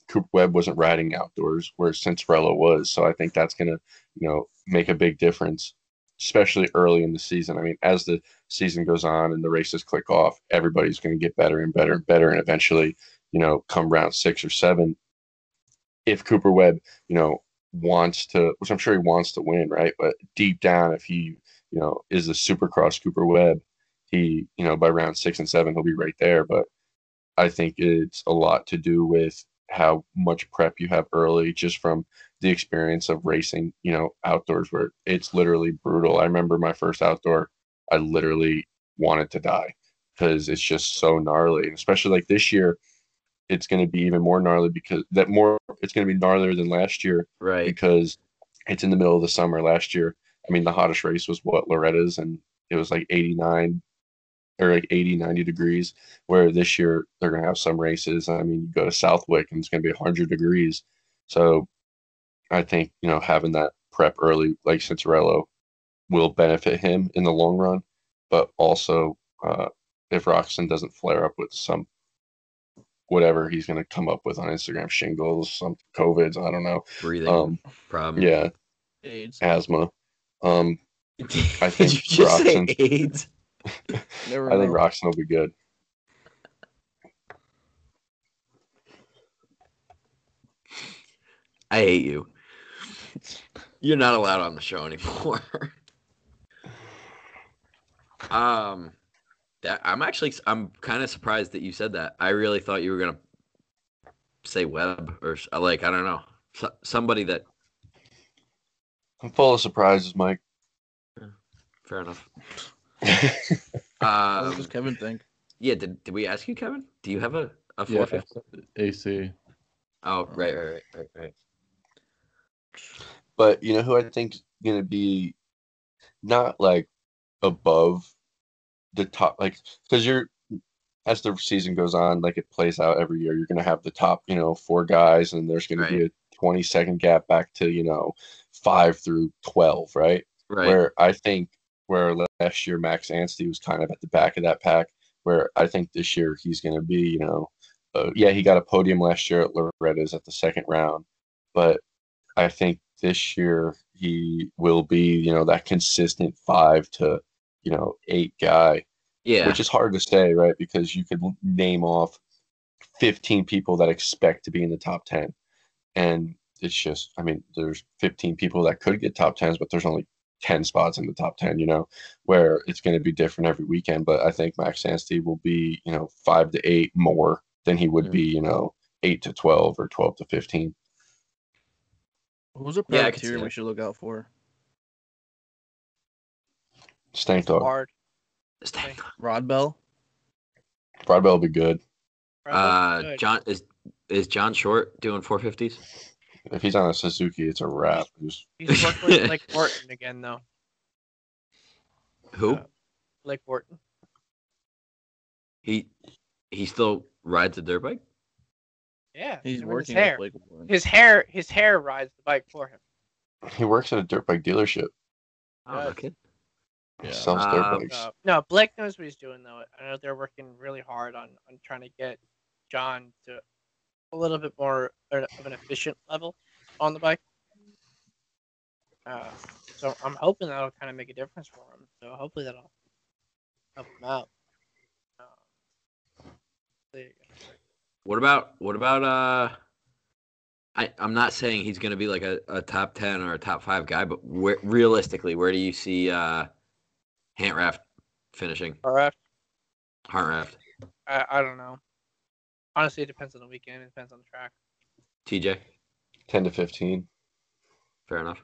Speaker 6: Cooper Webb wasn't riding outdoors, whereas Cincerello was. So I think that's going to, you know, make a big difference, especially early in the season. I mean, as the season goes on and the races click off, everybody's going to get better and better and better. And eventually, you know, come round six or seven, if Cooper Webb, you know, wants to, which I'm sure he wants to win, right? But deep down, if he, you know, is a supercross Cooper Webb, he, you know, by round six and seven, he'll be right there. But I think it's a lot to do with how much prep you have early just from the experience of racing, you know, outdoors where it's literally brutal. I remember my first outdoor I literally wanted to die because it's just so gnarly. And especially like this year, it's going to be even more gnarly because that more it's going to be gnarlier than last year
Speaker 1: Right.
Speaker 6: because it's in the middle of the summer. Last year, I mean, the hottest race was what Loretta's, and it was like 89 or like 80, 90 degrees. Where this year they're going to have some races. I mean, you go to Southwick and it's going to be 100 degrees. So I think, you know, having that prep early, like Cincerello, will benefit him in the long run. But also, uh, if Roxon doesn't flare up with some whatever he's going to come up with on Instagram, shingles, some COVIDs, I don't know.
Speaker 1: Breathing
Speaker 6: Um,
Speaker 1: problem.
Speaker 6: yeah,
Speaker 2: AIDS.
Speaker 6: asthma. Um, I
Speaker 1: Did
Speaker 6: think
Speaker 1: you just say
Speaker 6: Roxon-
Speaker 1: AIDS?
Speaker 2: Never
Speaker 6: I think
Speaker 2: mind.
Speaker 6: Roxon will be good.
Speaker 1: I hate you. You're not allowed on the show anymore. um, that I'm actually I'm kind of surprised that you said that. I really thought you were gonna say Webb or s- uh, like I don't know so, somebody that.
Speaker 6: I'm full of surprises, Mike.
Speaker 1: Fair enough.
Speaker 6: I
Speaker 2: What
Speaker 1: Um,
Speaker 2: does Kevin think?
Speaker 1: yeah. Did did we ask you, Kevin? Do you have a a
Speaker 4: Yeah,
Speaker 1: 450?
Speaker 4: AC.
Speaker 1: Oh, right, right, right, right, right.
Speaker 6: but you know who I think's gonna be not like above the top, like because you're as the season goes on, like it plays out every year. You're gonna have the top, you know, four guys, and there's gonna be a 20 second gap back to you know five through 12, right?
Speaker 1: Right.
Speaker 6: Where I think where last year Max Anstey was kind of at the back of that pack. Where I think this year he's gonna be, you know, uh, yeah, he got a podium last year at Loretta's at the second round, but I think this year he will be, you know, that consistent five to, you know, eight guy,
Speaker 1: yeah.
Speaker 6: which is hard to say, right? Because you could name off 15 people that expect to be in the top 10. And it's just, I mean, there's 15 people that could get top 10s, but there's only 10 spots in the top 10, you know, where it's going to be different every weekend. But I think Max Anstey will be, you know, five to eight more than he would
Speaker 1: Mm.
Speaker 6: be, you know, eight to 12 or 12 to 15.
Speaker 2: Who's a
Speaker 1: Yeah, I could see
Speaker 2: privateer
Speaker 1: that.
Speaker 2: we should look out for?
Speaker 6: Stank dog.
Speaker 5: Hard.
Speaker 1: Stank-
Speaker 2: Rod Bell.
Speaker 6: Broadbell will be good.
Speaker 5: Probably
Speaker 1: Uh,
Speaker 5: good.
Speaker 1: John is is John Short doing 450s?
Speaker 6: If he's on a Suzuki, it's a wrap. Just-
Speaker 5: He's working with Blake Wharton again, though.
Speaker 1: Who?
Speaker 5: Uh, Blake Wharton.
Speaker 1: He he still rides a dirt bike.
Speaker 5: Yeah. I
Speaker 2: He's
Speaker 5: mean,
Speaker 2: working
Speaker 5: his hair.
Speaker 2: with Blake Warren.
Speaker 5: His hair. His hair rides the bike for him.
Speaker 6: he works at a dirt bike dealership.
Speaker 1: Oh, no
Speaker 5: Yes.
Speaker 1: kidding.
Speaker 6: He
Speaker 4: Yeah.
Speaker 6: sells
Speaker 1: Um,
Speaker 6: dirt bikes.
Speaker 5: So, Uh, no, Blake knows what he's doing though. I know they're working really hard on on trying to get John to a little bit more of an efficient level on the bike. Uh, so I'm hoping that'll kind of make a difference for him. So hopefully that'll help him out. Uh, there you go.
Speaker 1: What about what about uh? I I'm not saying he's gonna be like a, a top ten or a top five guy, but where realistically, where do you see uh, Hantraft finishing?
Speaker 5: All right.
Speaker 1: Hartraft,
Speaker 5: uh, I, I don't know. Honestly, it depends on the weekend. It depends on the track.
Speaker 1: TJ,
Speaker 6: 10 to 15.
Speaker 1: fair enough.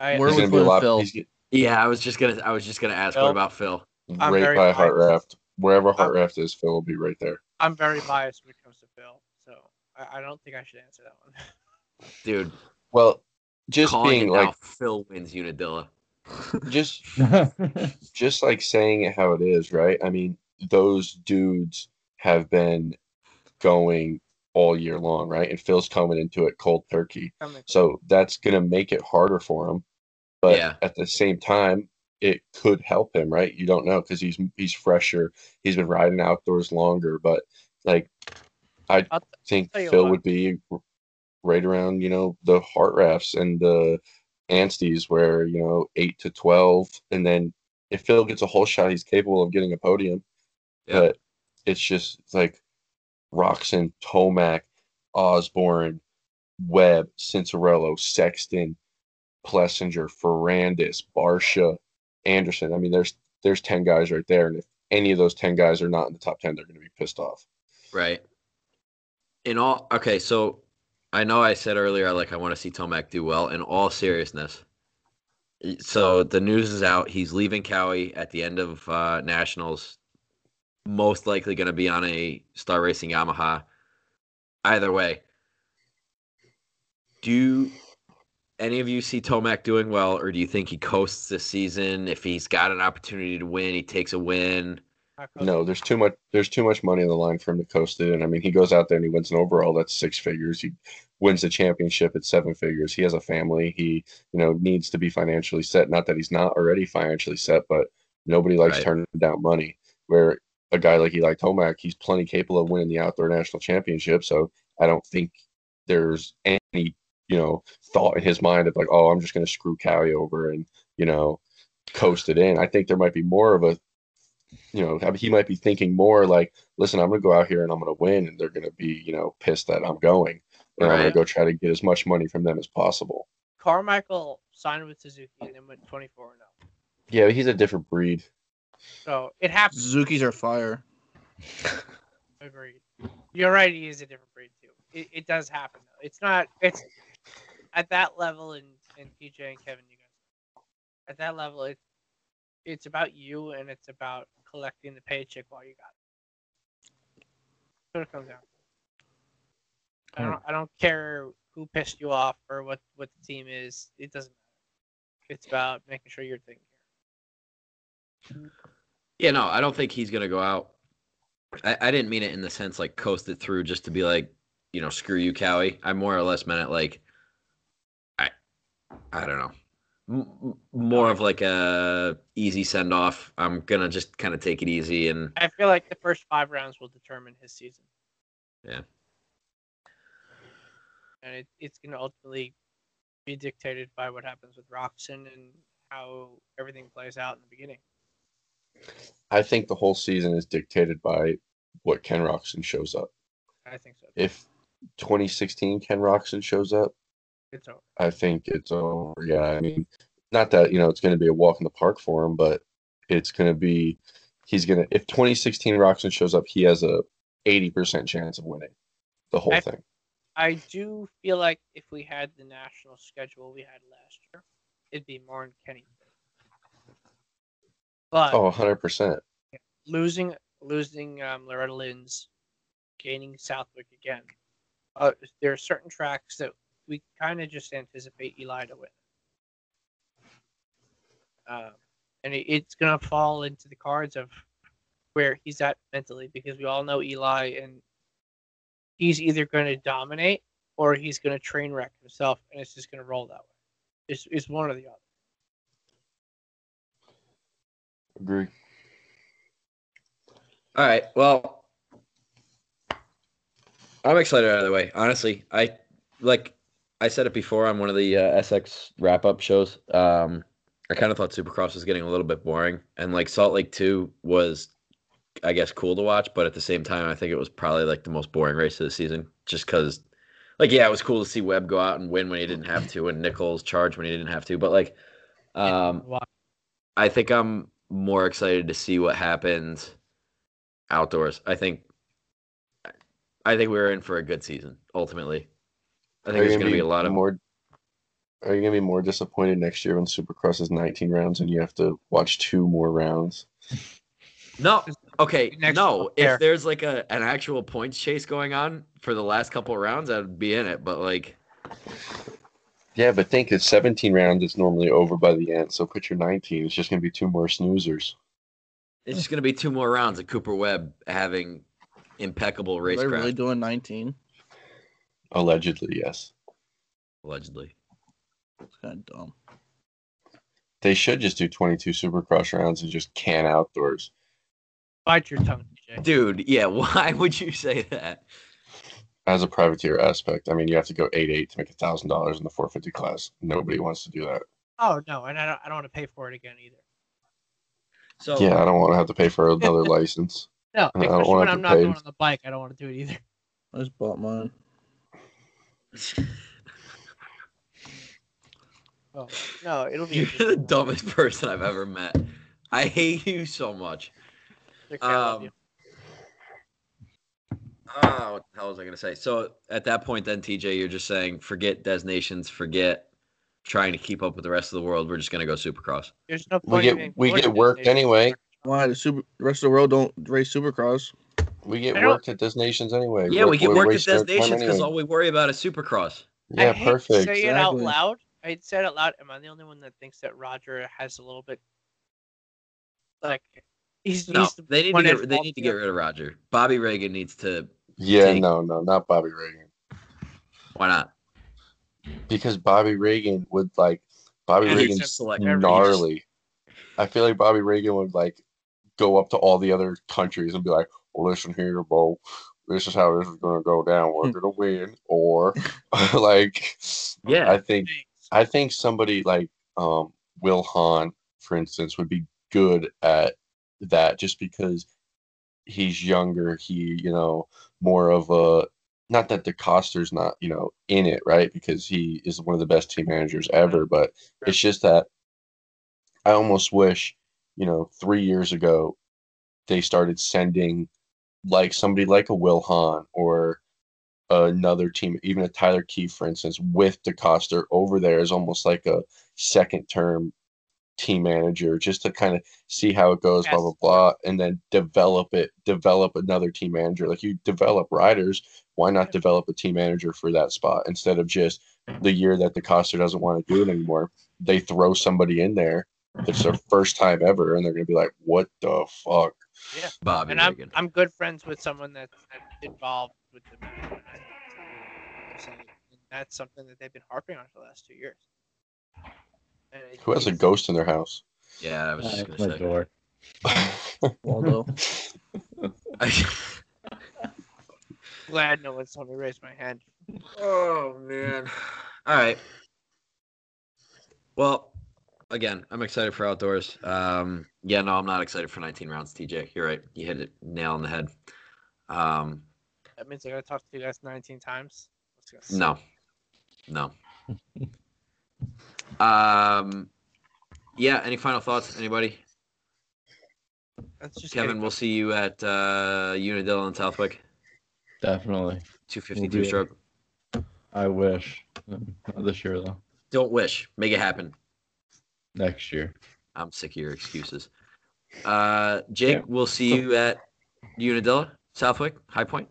Speaker 5: I,
Speaker 2: Where we
Speaker 6: he's going to be a
Speaker 2: putting
Speaker 6: lot.
Speaker 2: Phil?
Speaker 6: He's get,
Speaker 1: Yeah, I was just gonna I was just gonna ask.
Speaker 5: Phil?
Speaker 1: What about Phil?
Speaker 5: I'm
Speaker 6: right
Speaker 5: very
Speaker 6: by Heart
Speaker 5: biased.
Speaker 6: Raft. Wherever
Speaker 5: I'm-
Speaker 6: Heart Raft is, Phil will be right there.
Speaker 5: I'm very biased when it comes to Phil, so I, I don't think I should answer that one.
Speaker 1: Dude,
Speaker 6: Well, just
Speaker 1: calling
Speaker 6: being
Speaker 1: it
Speaker 6: like,
Speaker 1: now. Phil wins Unadilla.
Speaker 6: just just like saying it how it is, right? I mean, those dudes have been going all year long, right? And Phil's coming into it cold turkey.
Speaker 5: Coming.
Speaker 6: So that's going to make it harder for him. But
Speaker 1: Yeah.
Speaker 6: at the same time, it could help him, right? You don't know because he's he's fresher. He's been riding outdoors longer, but like I
Speaker 5: I'll t-
Speaker 6: think
Speaker 5: tell you
Speaker 6: Phil
Speaker 5: what.
Speaker 6: would be right around you know the heart rafts and the Anstey's, where you know eight to twelve, and then if Phil gets a whole shot, he's capable of getting a podium.
Speaker 1: Yeah.
Speaker 6: But it's just it's like Roxon, Tomac, Osborne, Webb, Cincerello, Sexton, Plessinger, Ferrandis, Barsha, Anderson. I mean, there's there's ten guys right there, and if any of those ten guys are not in the top ten, they're going to be pissed off.
Speaker 1: Right. In all okay, so I know I said earlier like I want to see Tomac do well. In all seriousness, so the news is out. He's leaving Cowie at the end of uh, nationals. Most likely going to be on a Star Racing Yamaha. either way. Do you, any of you see Tomac doing well, or do you think he coasts this season? If he's got an opportunity to win, he takes a win.
Speaker 6: No, there's too much. There's too much money on the line for him to coast it. And I mean, he goes out there and he wins an overall. That's six figures. He wins the championship at seven figures. He has a family. He, you know, needs to be financially set. Not that he's not already financially set, but nobody likes
Speaker 1: Right.
Speaker 6: turning down money. Where a guy like Eli Tomac, he's plenty capable of winning the outdoor national championship. So I don't think there's any, you know, thought in his mind of like, oh, I'm just going to screw Cowie over and you know, coast it in. I think there might be more of a you know, I mean, he might be thinking more like, listen, I'm going to go out here and I'm going to win, and they're going to be, you know, pissed that I'm going, and I'm going
Speaker 1: Right.
Speaker 6: to go try to get as much money from them as possible.
Speaker 5: Carmichael signed with Suzuki and then went 24 and 0.
Speaker 6: Yeah, he's a different breed.
Speaker 5: So it happens.
Speaker 2: Suzuki's are fire.
Speaker 5: Agreed. You're right. He is a different breed too. It, it does happen. Though. It's not. It's at that level, and and PJ and Kevin, you guys. At that level, it's it's about you, and it's about collecting the paycheck while you got it. That's what it comes down. to. I don't. I don't care who pissed you off or what what the team is. It doesn't matter. It's about making sure you're taken care.
Speaker 1: Yeah, no, I don't think he's gonna go out. I, I didn't mean it in the sense like coast it through just to be like, you know, screw you, Cowie. I more or less meant it like, I, I don't know, M- m- more of like a easy send off. I'm gonna just kind of take it easy and
Speaker 5: of. I feel like the first five rounds will determine his season.
Speaker 1: Yeah.
Speaker 5: and it, it's going to ultimately be dictated by what happens with Roxon and how everything plays out in the beginning.
Speaker 6: I think the whole season is dictated by what Ken Roxon shows up.
Speaker 5: I think so.
Speaker 6: If 2016 Ken Roxon shows up,
Speaker 5: It's over.
Speaker 6: I think it's over. Yeah, I mean, not that you know it's going to be a walk in the park for him, but it's going to be he's going to if 2016 Roxon shows up, he has a 80% chance of winning the whole
Speaker 5: I-
Speaker 6: thing.
Speaker 5: I do feel like if we had the national schedule we had last year, it'd be more in Kenny. But
Speaker 6: Oh, 100%.
Speaker 5: losing losing um, Loretta Lynn's, gaining Southwick again, uh, there are certain tracks that we kind of just anticipate Eli to win. Um, and it, it's going to fall into the cards of where he's at mentally because we all know Eli and he's either going to dominate or he's going to train wreck himself and it's just going to roll that way. It's, it's one or the other.
Speaker 6: Agree.
Speaker 1: All right. Well, I'm excited out of the way. Honestly, I like I said it before on one of the uh, SX wrap up shows. Um, I kind of thought Supercross was getting a little bit boring, and like Salt Lake Two was, I guess, cool to watch, but at the same time, I think it was probably like the most boring race of the season, just because. Like yeah, it was cool to see Webb go out and win when he didn't have to, and Nichols charge when he didn't have to. But like, um,
Speaker 5: Why-
Speaker 1: I think I'm more excited to see what happens outdoors. I think I think we're in for a good season ultimately. I think
Speaker 6: Are you
Speaker 1: there's going to be, a lot of
Speaker 6: more. Are you going to be more disappointed next year when Supercross is 19 rounds and you have to watch two more rounds?
Speaker 1: No, okay.
Speaker 5: Next
Speaker 1: no,
Speaker 5: up there.
Speaker 1: if there's like a an actual points chase going on for the last couple of rounds, I'd be in it, but like
Speaker 6: Yeah, but think it's 17 rounds. It's normally over by the end. So put your 19. It's just going to be two more snoozers.
Speaker 1: it's just going to be two more rounds of Cooper Webb having impeccable
Speaker 2: Are they
Speaker 1: racecraft
Speaker 2: really doing 19?
Speaker 6: Allegedly, yes.
Speaker 1: allegedly.
Speaker 2: It's kind of dumb.
Speaker 6: They should just do 22 Supercross rounds and just can outdoors.
Speaker 5: Bite your tongue, DJ.
Speaker 1: Dude, yeah, why would you say that?
Speaker 6: As a privateer aspect, I mean, you have to go 8 8 to make $1,000 in the 450 class. Nobody wants to do that.
Speaker 5: Oh, no, and I don't, I don't want to pay for it again either.
Speaker 1: So
Speaker 6: Yeah, I don't want to have to pay for another license.
Speaker 5: No,
Speaker 6: I don't
Speaker 5: especially
Speaker 6: wanna
Speaker 5: when
Speaker 6: have
Speaker 5: I'm
Speaker 6: to
Speaker 5: not
Speaker 6: pay.
Speaker 5: going on the bike, I don't want to do it either.
Speaker 2: I just bought mine.
Speaker 5: Oh, no, it'll be.
Speaker 1: You're the dumbest person I've ever met. I hate you so much.
Speaker 5: They're counting on
Speaker 1: Um,
Speaker 5: you.
Speaker 1: Oh, what the hell was I going to say? So at that point, then TJ, you're just saying forget designations, forget trying to keep up with the rest of the world. We're just going to go Supercross.
Speaker 5: There's no
Speaker 6: we
Speaker 5: point
Speaker 6: get-
Speaker 5: in
Speaker 6: we
Speaker 5: going
Speaker 6: get
Speaker 5: to
Speaker 6: worked
Speaker 5: Disney.
Speaker 6: anyway.
Speaker 2: Why the super the rest of the world don't race Supercross?
Speaker 6: We get
Speaker 5: I don't-
Speaker 6: worked at destinations anyway.
Speaker 1: Yeah,
Speaker 6: We're-
Speaker 1: we get
Speaker 6: we're
Speaker 1: worked at
Speaker 6: wasting our time
Speaker 1: destinations because
Speaker 6: anyway.
Speaker 1: all we worry about is Supercross.
Speaker 5: I
Speaker 6: Yeah,
Speaker 5: hate To
Speaker 6: perfect.
Speaker 5: say it out
Speaker 2: exactly.
Speaker 5: loud. I said it out loud. Am I the only one that thinks that Roger has a little bit like he's,
Speaker 1: No,
Speaker 5: he's the
Speaker 1: they need to
Speaker 5: one
Speaker 1: get
Speaker 5: that
Speaker 1: they
Speaker 5: falls
Speaker 1: need to
Speaker 5: here.
Speaker 1: get rid of Roger. Bobby Reagan needs to.
Speaker 6: Yeah,
Speaker 1: Take-
Speaker 6: no, no, not Bobby Reagan.
Speaker 1: Why not?
Speaker 6: Because Bobby Reagan would like Bobby
Speaker 5: Yeah, he's
Speaker 6: Reagan's
Speaker 5: just-
Speaker 1: select.
Speaker 5: every-
Speaker 6: gnarly. I feel like Bobby Reagan would like go up to all the other countries and be like, "Listen here, bro, this is how this is gonna go down. We're gonna win." Or like,
Speaker 1: Yeah.
Speaker 6: I think
Speaker 5: Thanks.
Speaker 6: I think somebody like um, Will Hahn, for instance, would be good at that just because he's younger. He, you know, more of a not that DeCoster's not, you know, in it, right? Because he is one of the best team managers ever. But it's just that I almost wish, you know, three years ago they started sending like somebody like a Will Hahn or another team, even a Tyler Key, for instance, with DeCoster over there is almost like a second term team manager just to kind of see how it goes, blah,
Speaker 5: Yes.
Speaker 6: blah, blah, and then develop it, develop another team manager. Like you develop riders, why not develop a team manager for that spot instead of just the year that DeCoster doesn't want to do it anymore? They throw somebody in there that's their first time ever, and they're going to be like, what the fuck?
Speaker 1: Bobby
Speaker 5: And I'm
Speaker 1: Reagan.
Speaker 5: I'm good friends with someone that's that's involved with the movement. So, and that's something that they've been harping on for the last two years. And it-
Speaker 6: Who has a
Speaker 5: it's-
Speaker 6: ghost in their house?
Speaker 1: yeah, I was just
Speaker 4: That's
Speaker 1: gonna
Speaker 4: my
Speaker 1: say.
Speaker 4: door.
Speaker 2: Waldo.
Speaker 5: Glad no one saw me raise my hand.
Speaker 1: oh man. All right. Well, again, I'm excited for outdoors. Um, yeah, no, I'm not excited for 19 rounds, TJ. You're right. You hit it nail on the head. Um,
Speaker 5: That means I gotta talk to you guys 19 times. That's gonna suck.
Speaker 1: No, no. um, yeah. Any final thoughts, anybody?
Speaker 5: That's just
Speaker 1: Kevin,
Speaker 5: getting-
Speaker 1: we'll see you at uh, Unadilla in Southwick,
Speaker 4: Definitely.
Speaker 1: two
Speaker 4: We'll
Speaker 1: fifty
Speaker 4: be
Speaker 1: two
Speaker 4: there.
Speaker 1: stroke.
Speaker 4: I wish. Um, Not this year though.
Speaker 1: Don't wish, make it happen.
Speaker 4: Next year.
Speaker 1: I'm sick of your excuses. Uh, Jake,
Speaker 4: Yeah.
Speaker 1: we'll see you at Unadilla, Southwick, High Point.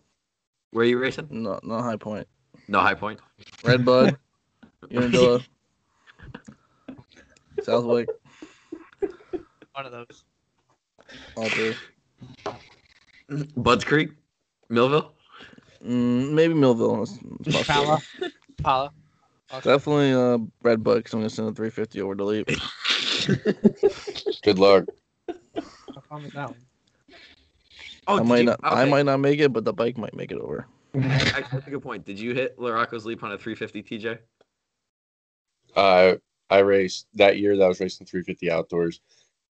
Speaker 1: Where are you racing?
Speaker 2: No, not high point.
Speaker 1: No, High Point.
Speaker 2: Red Bud. Unadilla. Southwick.
Speaker 5: one of those.
Speaker 2: All three.
Speaker 1: Bud's Creek, Millville.
Speaker 2: Mm, maybe Millville. It's- it's possible.
Speaker 5: Pala. Pala.
Speaker 2: Definitely uh, Red Bud because I'm going to send a 350 over to leave.
Speaker 6: Good luck.
Speaker 1: Oh,
Speaker 2: I
Speaker 1: did
Speaker 2: might
Speaker 1: you-
Speaker 2: not.
Speaker 1: okay.
Speaker 2: I might not make it, but the bike might make it over.
Speaker 1: Actually, That's a good point. Did you hit Larocco's leap on a 350 TJ?
Speaker 6: I I raced that year that I was racing 350 outdoors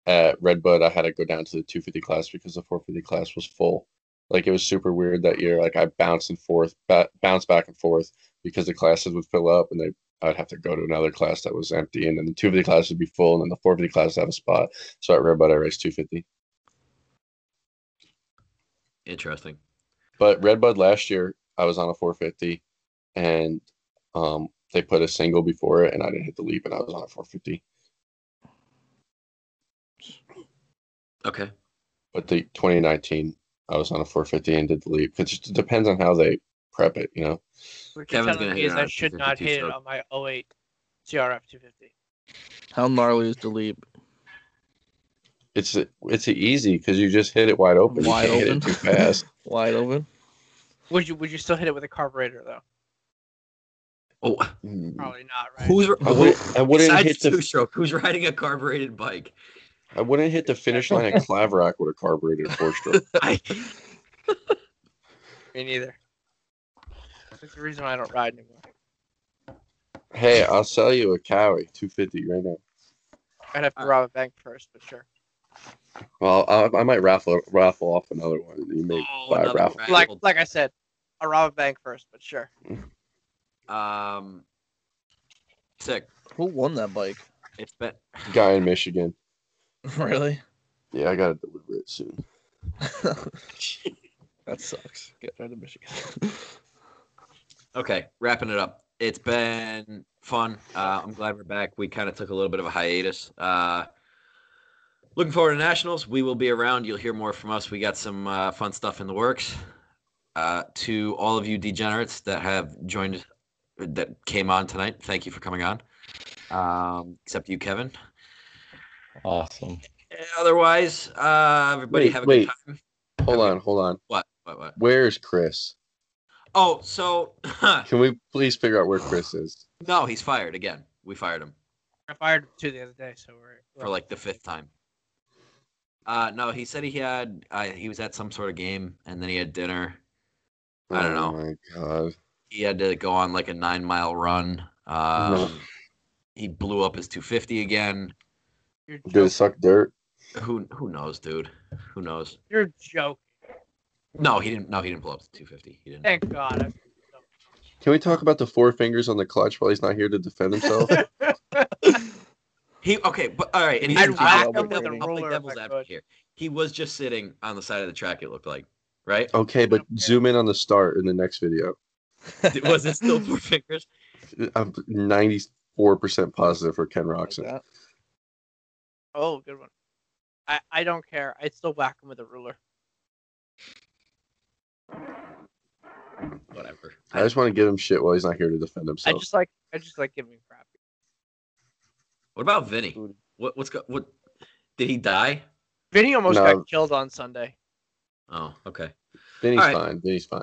Speaker 6: at Red Bud. I had to go down to the 250 class because the 450 class was full. Like it was super weird that year. Like I bounced and forth, ba- bounce back and forth because the classes would fill up and they I'd have to go to another class that was empty, and then the 250 class would be full, and then the 450 class would have a spot. So at Red Bud, I raced 250.
Speaker 1: Interesting.
Speaker 6: But Red Bud last year, I was on a 450, and um, they put a single before it, and I didn't hit the leap, and I was on a 450.
Speaker 1: Okay.
Speaker 6: but the 2019 I was on a 450 and did the leap. It just depends on how they prep it, you know.
Speaker 5: We're just
Speaker 1: Kevin's
Speaker 5: telling
Speaker 1: gonna
Speaker 5: you
Speaker 1: hit
Speaker 5: guys
Speaker 1: it on
Speaker 5: I
Speaker 1: a
Speaker 5: should not
Speaker 1: 252
Speaker 5: hit it
Speaker 1: stroke.
Speaker 5: on my 08 CRF 250.
Speaker 2: How gnarly is the leap?
Speaker 6: It's it's easy because you just hit it wide open.
Speaker 2: Wide
Speaker 6: you can't
Speaker 2: open.
Speaker 6: hit it too fast.
Speaker 2: Wide open.
Speaker 5: Would you would you still hit it with a carburetor though?
Speaker 1: Oh,
Speaker 6: Mm.
Speaker 5: Probably not, right?
Speaker 1: who's
Speaker 6: I wouldn't, I wouldn't
Speaker 1: besides
Speaker 6: hit
Speaker 1: two
Speaker 6: the
Speaker 1: stroke? Who's riding a carbureted bike?
Speaker 6: I wouldn't hit the finish line at Claverack with a carbureted four stroke.
Speaker 1: I,
Speaker 5: Me neither. That's the reason why I don't ride anymore.
Speaker 6: Hey, I'll sell you a Cowie 250 right now.
Speaker 5: I'd
Speaker 1: Uh,
Speaker 5: have to rob a bank first, but sure.
Speaker 6: Well, I, I might raffle raffle off another one. You may
Speaker 1: Oh,
Speaker 6: buy a
Speaker 1: another
Speaker 6: raffle.
Speaker 1: raffle.
Speaker 5: Like
Speaker 1: Well-
Speaker 5: like I said, I'll rob a bank first, but sure.
Speaker 1: um, sick.
Speaker 2: Who won that bike?
Speaker 1: It's been
Speaker 6: Guy in Michigan.
Speaker 2: really?
Speaker 6: Yeah, I gotta deliver it soon.
Speaker 2: That sucks. Get rid of Michigan.
Speaker 1: okay. Wrapping it up. It's been fun. Uh, I'm glad we're back. We kind of took a little bit of a hiatus. Uh, looking forward to nationals. We will be around. You'll hear more from us. We got some uh, fun stuff in the works. Uh, to all of you degenerates that have joined, that came on tonight, thank you for coming on. Um, except you, Kevin.
Speaker 4: Awesome.
Speaker 1: Otherwise, uh, everybody
Speaker 6: Wait,
Speaker 1: have a
Speaker 6: wait.
Speaker 1: good time.
Speaker 6: Hold on, hold on.
Speaker 1: What? What? What?
Speaker 6: Where's Chris?
Speaker 1: Oh, so
Speaker 6: Can we please figure out where Chris is?
Speaker 1: no, he's fired again. We fired him.
Speaker 5: I fired him too the other day, so we're, we're
Speaker 1: for like the fifth time. Uh, no, he said he had uh, he was at some sort of game and then he had dinner. I don't know.
Speaker 6: Oh my god.
Speaker 1: He had to go on like a nine mile run. Um, He blew up his 250 again.
Speaker 5: You're
Speaker 6: Did it
Speaker 5: joking.
Speaker 6: suck dirt?
Speaker 1: Who who knows, dude? Who knows?
Speaker 5: You're joking.
Speaker 1: No, he didn't. No, he didn't blow up the 250. He didn't.
Speaker 5: Thank God.
Speaker 6: Can we talk about the four fingers on the clutch while he's not here to defend himself?
Speaker 1: He okay, but all right. And
Speaker 5: I'd
Speaker 1: he's,
Speaker 5: whack
Speaker 1: I'll, play
Speaker 5: him with
Speaker 1: devil-
Speaker 5: a
Speaker 1: I'll play
Speaker 5: ruler if
Speaker 1: devil's
Speaker 5: I
Speaker 1: advocate
Speaker 5: could.
Speaker 1: here. He was just sitting on the side of the track. It looked like, right?
Speaker 6: okay, but zoom in on the start in the next video.
Speaker 1: was it still four fingers?
Speaker 6: I'm 94% positive for Ken
Speaker 2: Like
Speaker 6: Roxon.
Speaker 2: that.
Speaker 5: Oh, good one. I, I don't care. I'd still whack him with a ruler.
Speaker 1: Whatever.
Speaker 6: I just want to give him shit while he's not here to defend
Speaker 5: I
Speaker 6: himself.
Speaker 5: just like I just like giving crap.
Speaker 1: What about Vinny? What what's go, what? Did he die?
Speaker 5: Vinny almost
Speaker 6: No.
Speaker 5: got killed on Sunday.
Speaker 1: Oh, okay.
Speaker 6: Vinny's
Speaker 1: All right.
Speaker 6: fine. Vinny's fine.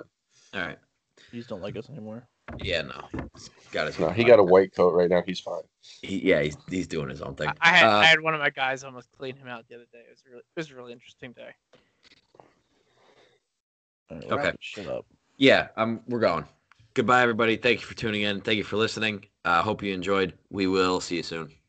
Speaker 1: All right.
Speaker 2: These don't like us anymore.
Speaker 1: Yeah, no. Got his.
Speaker 6: No, he got a white coat right now. He's fine.
Speaker 1: He, yeah, he's, he's doing his own thing.
Speaker 5: I, I had
Speaker 1: Uh,
Speaker 5: I had one of my guys almost clean him out the other day. It was really it was a really interesting day.
Speaker 2: All right,
Speaker 1: Okay.
Speaker 2: wrap this Shut up.
Speaker 1: yeah, um, we're going. Goodbye, everybody. Thank you for tuning in. Thank you for listening. Uh, hope you enjoyed. We will see you soon.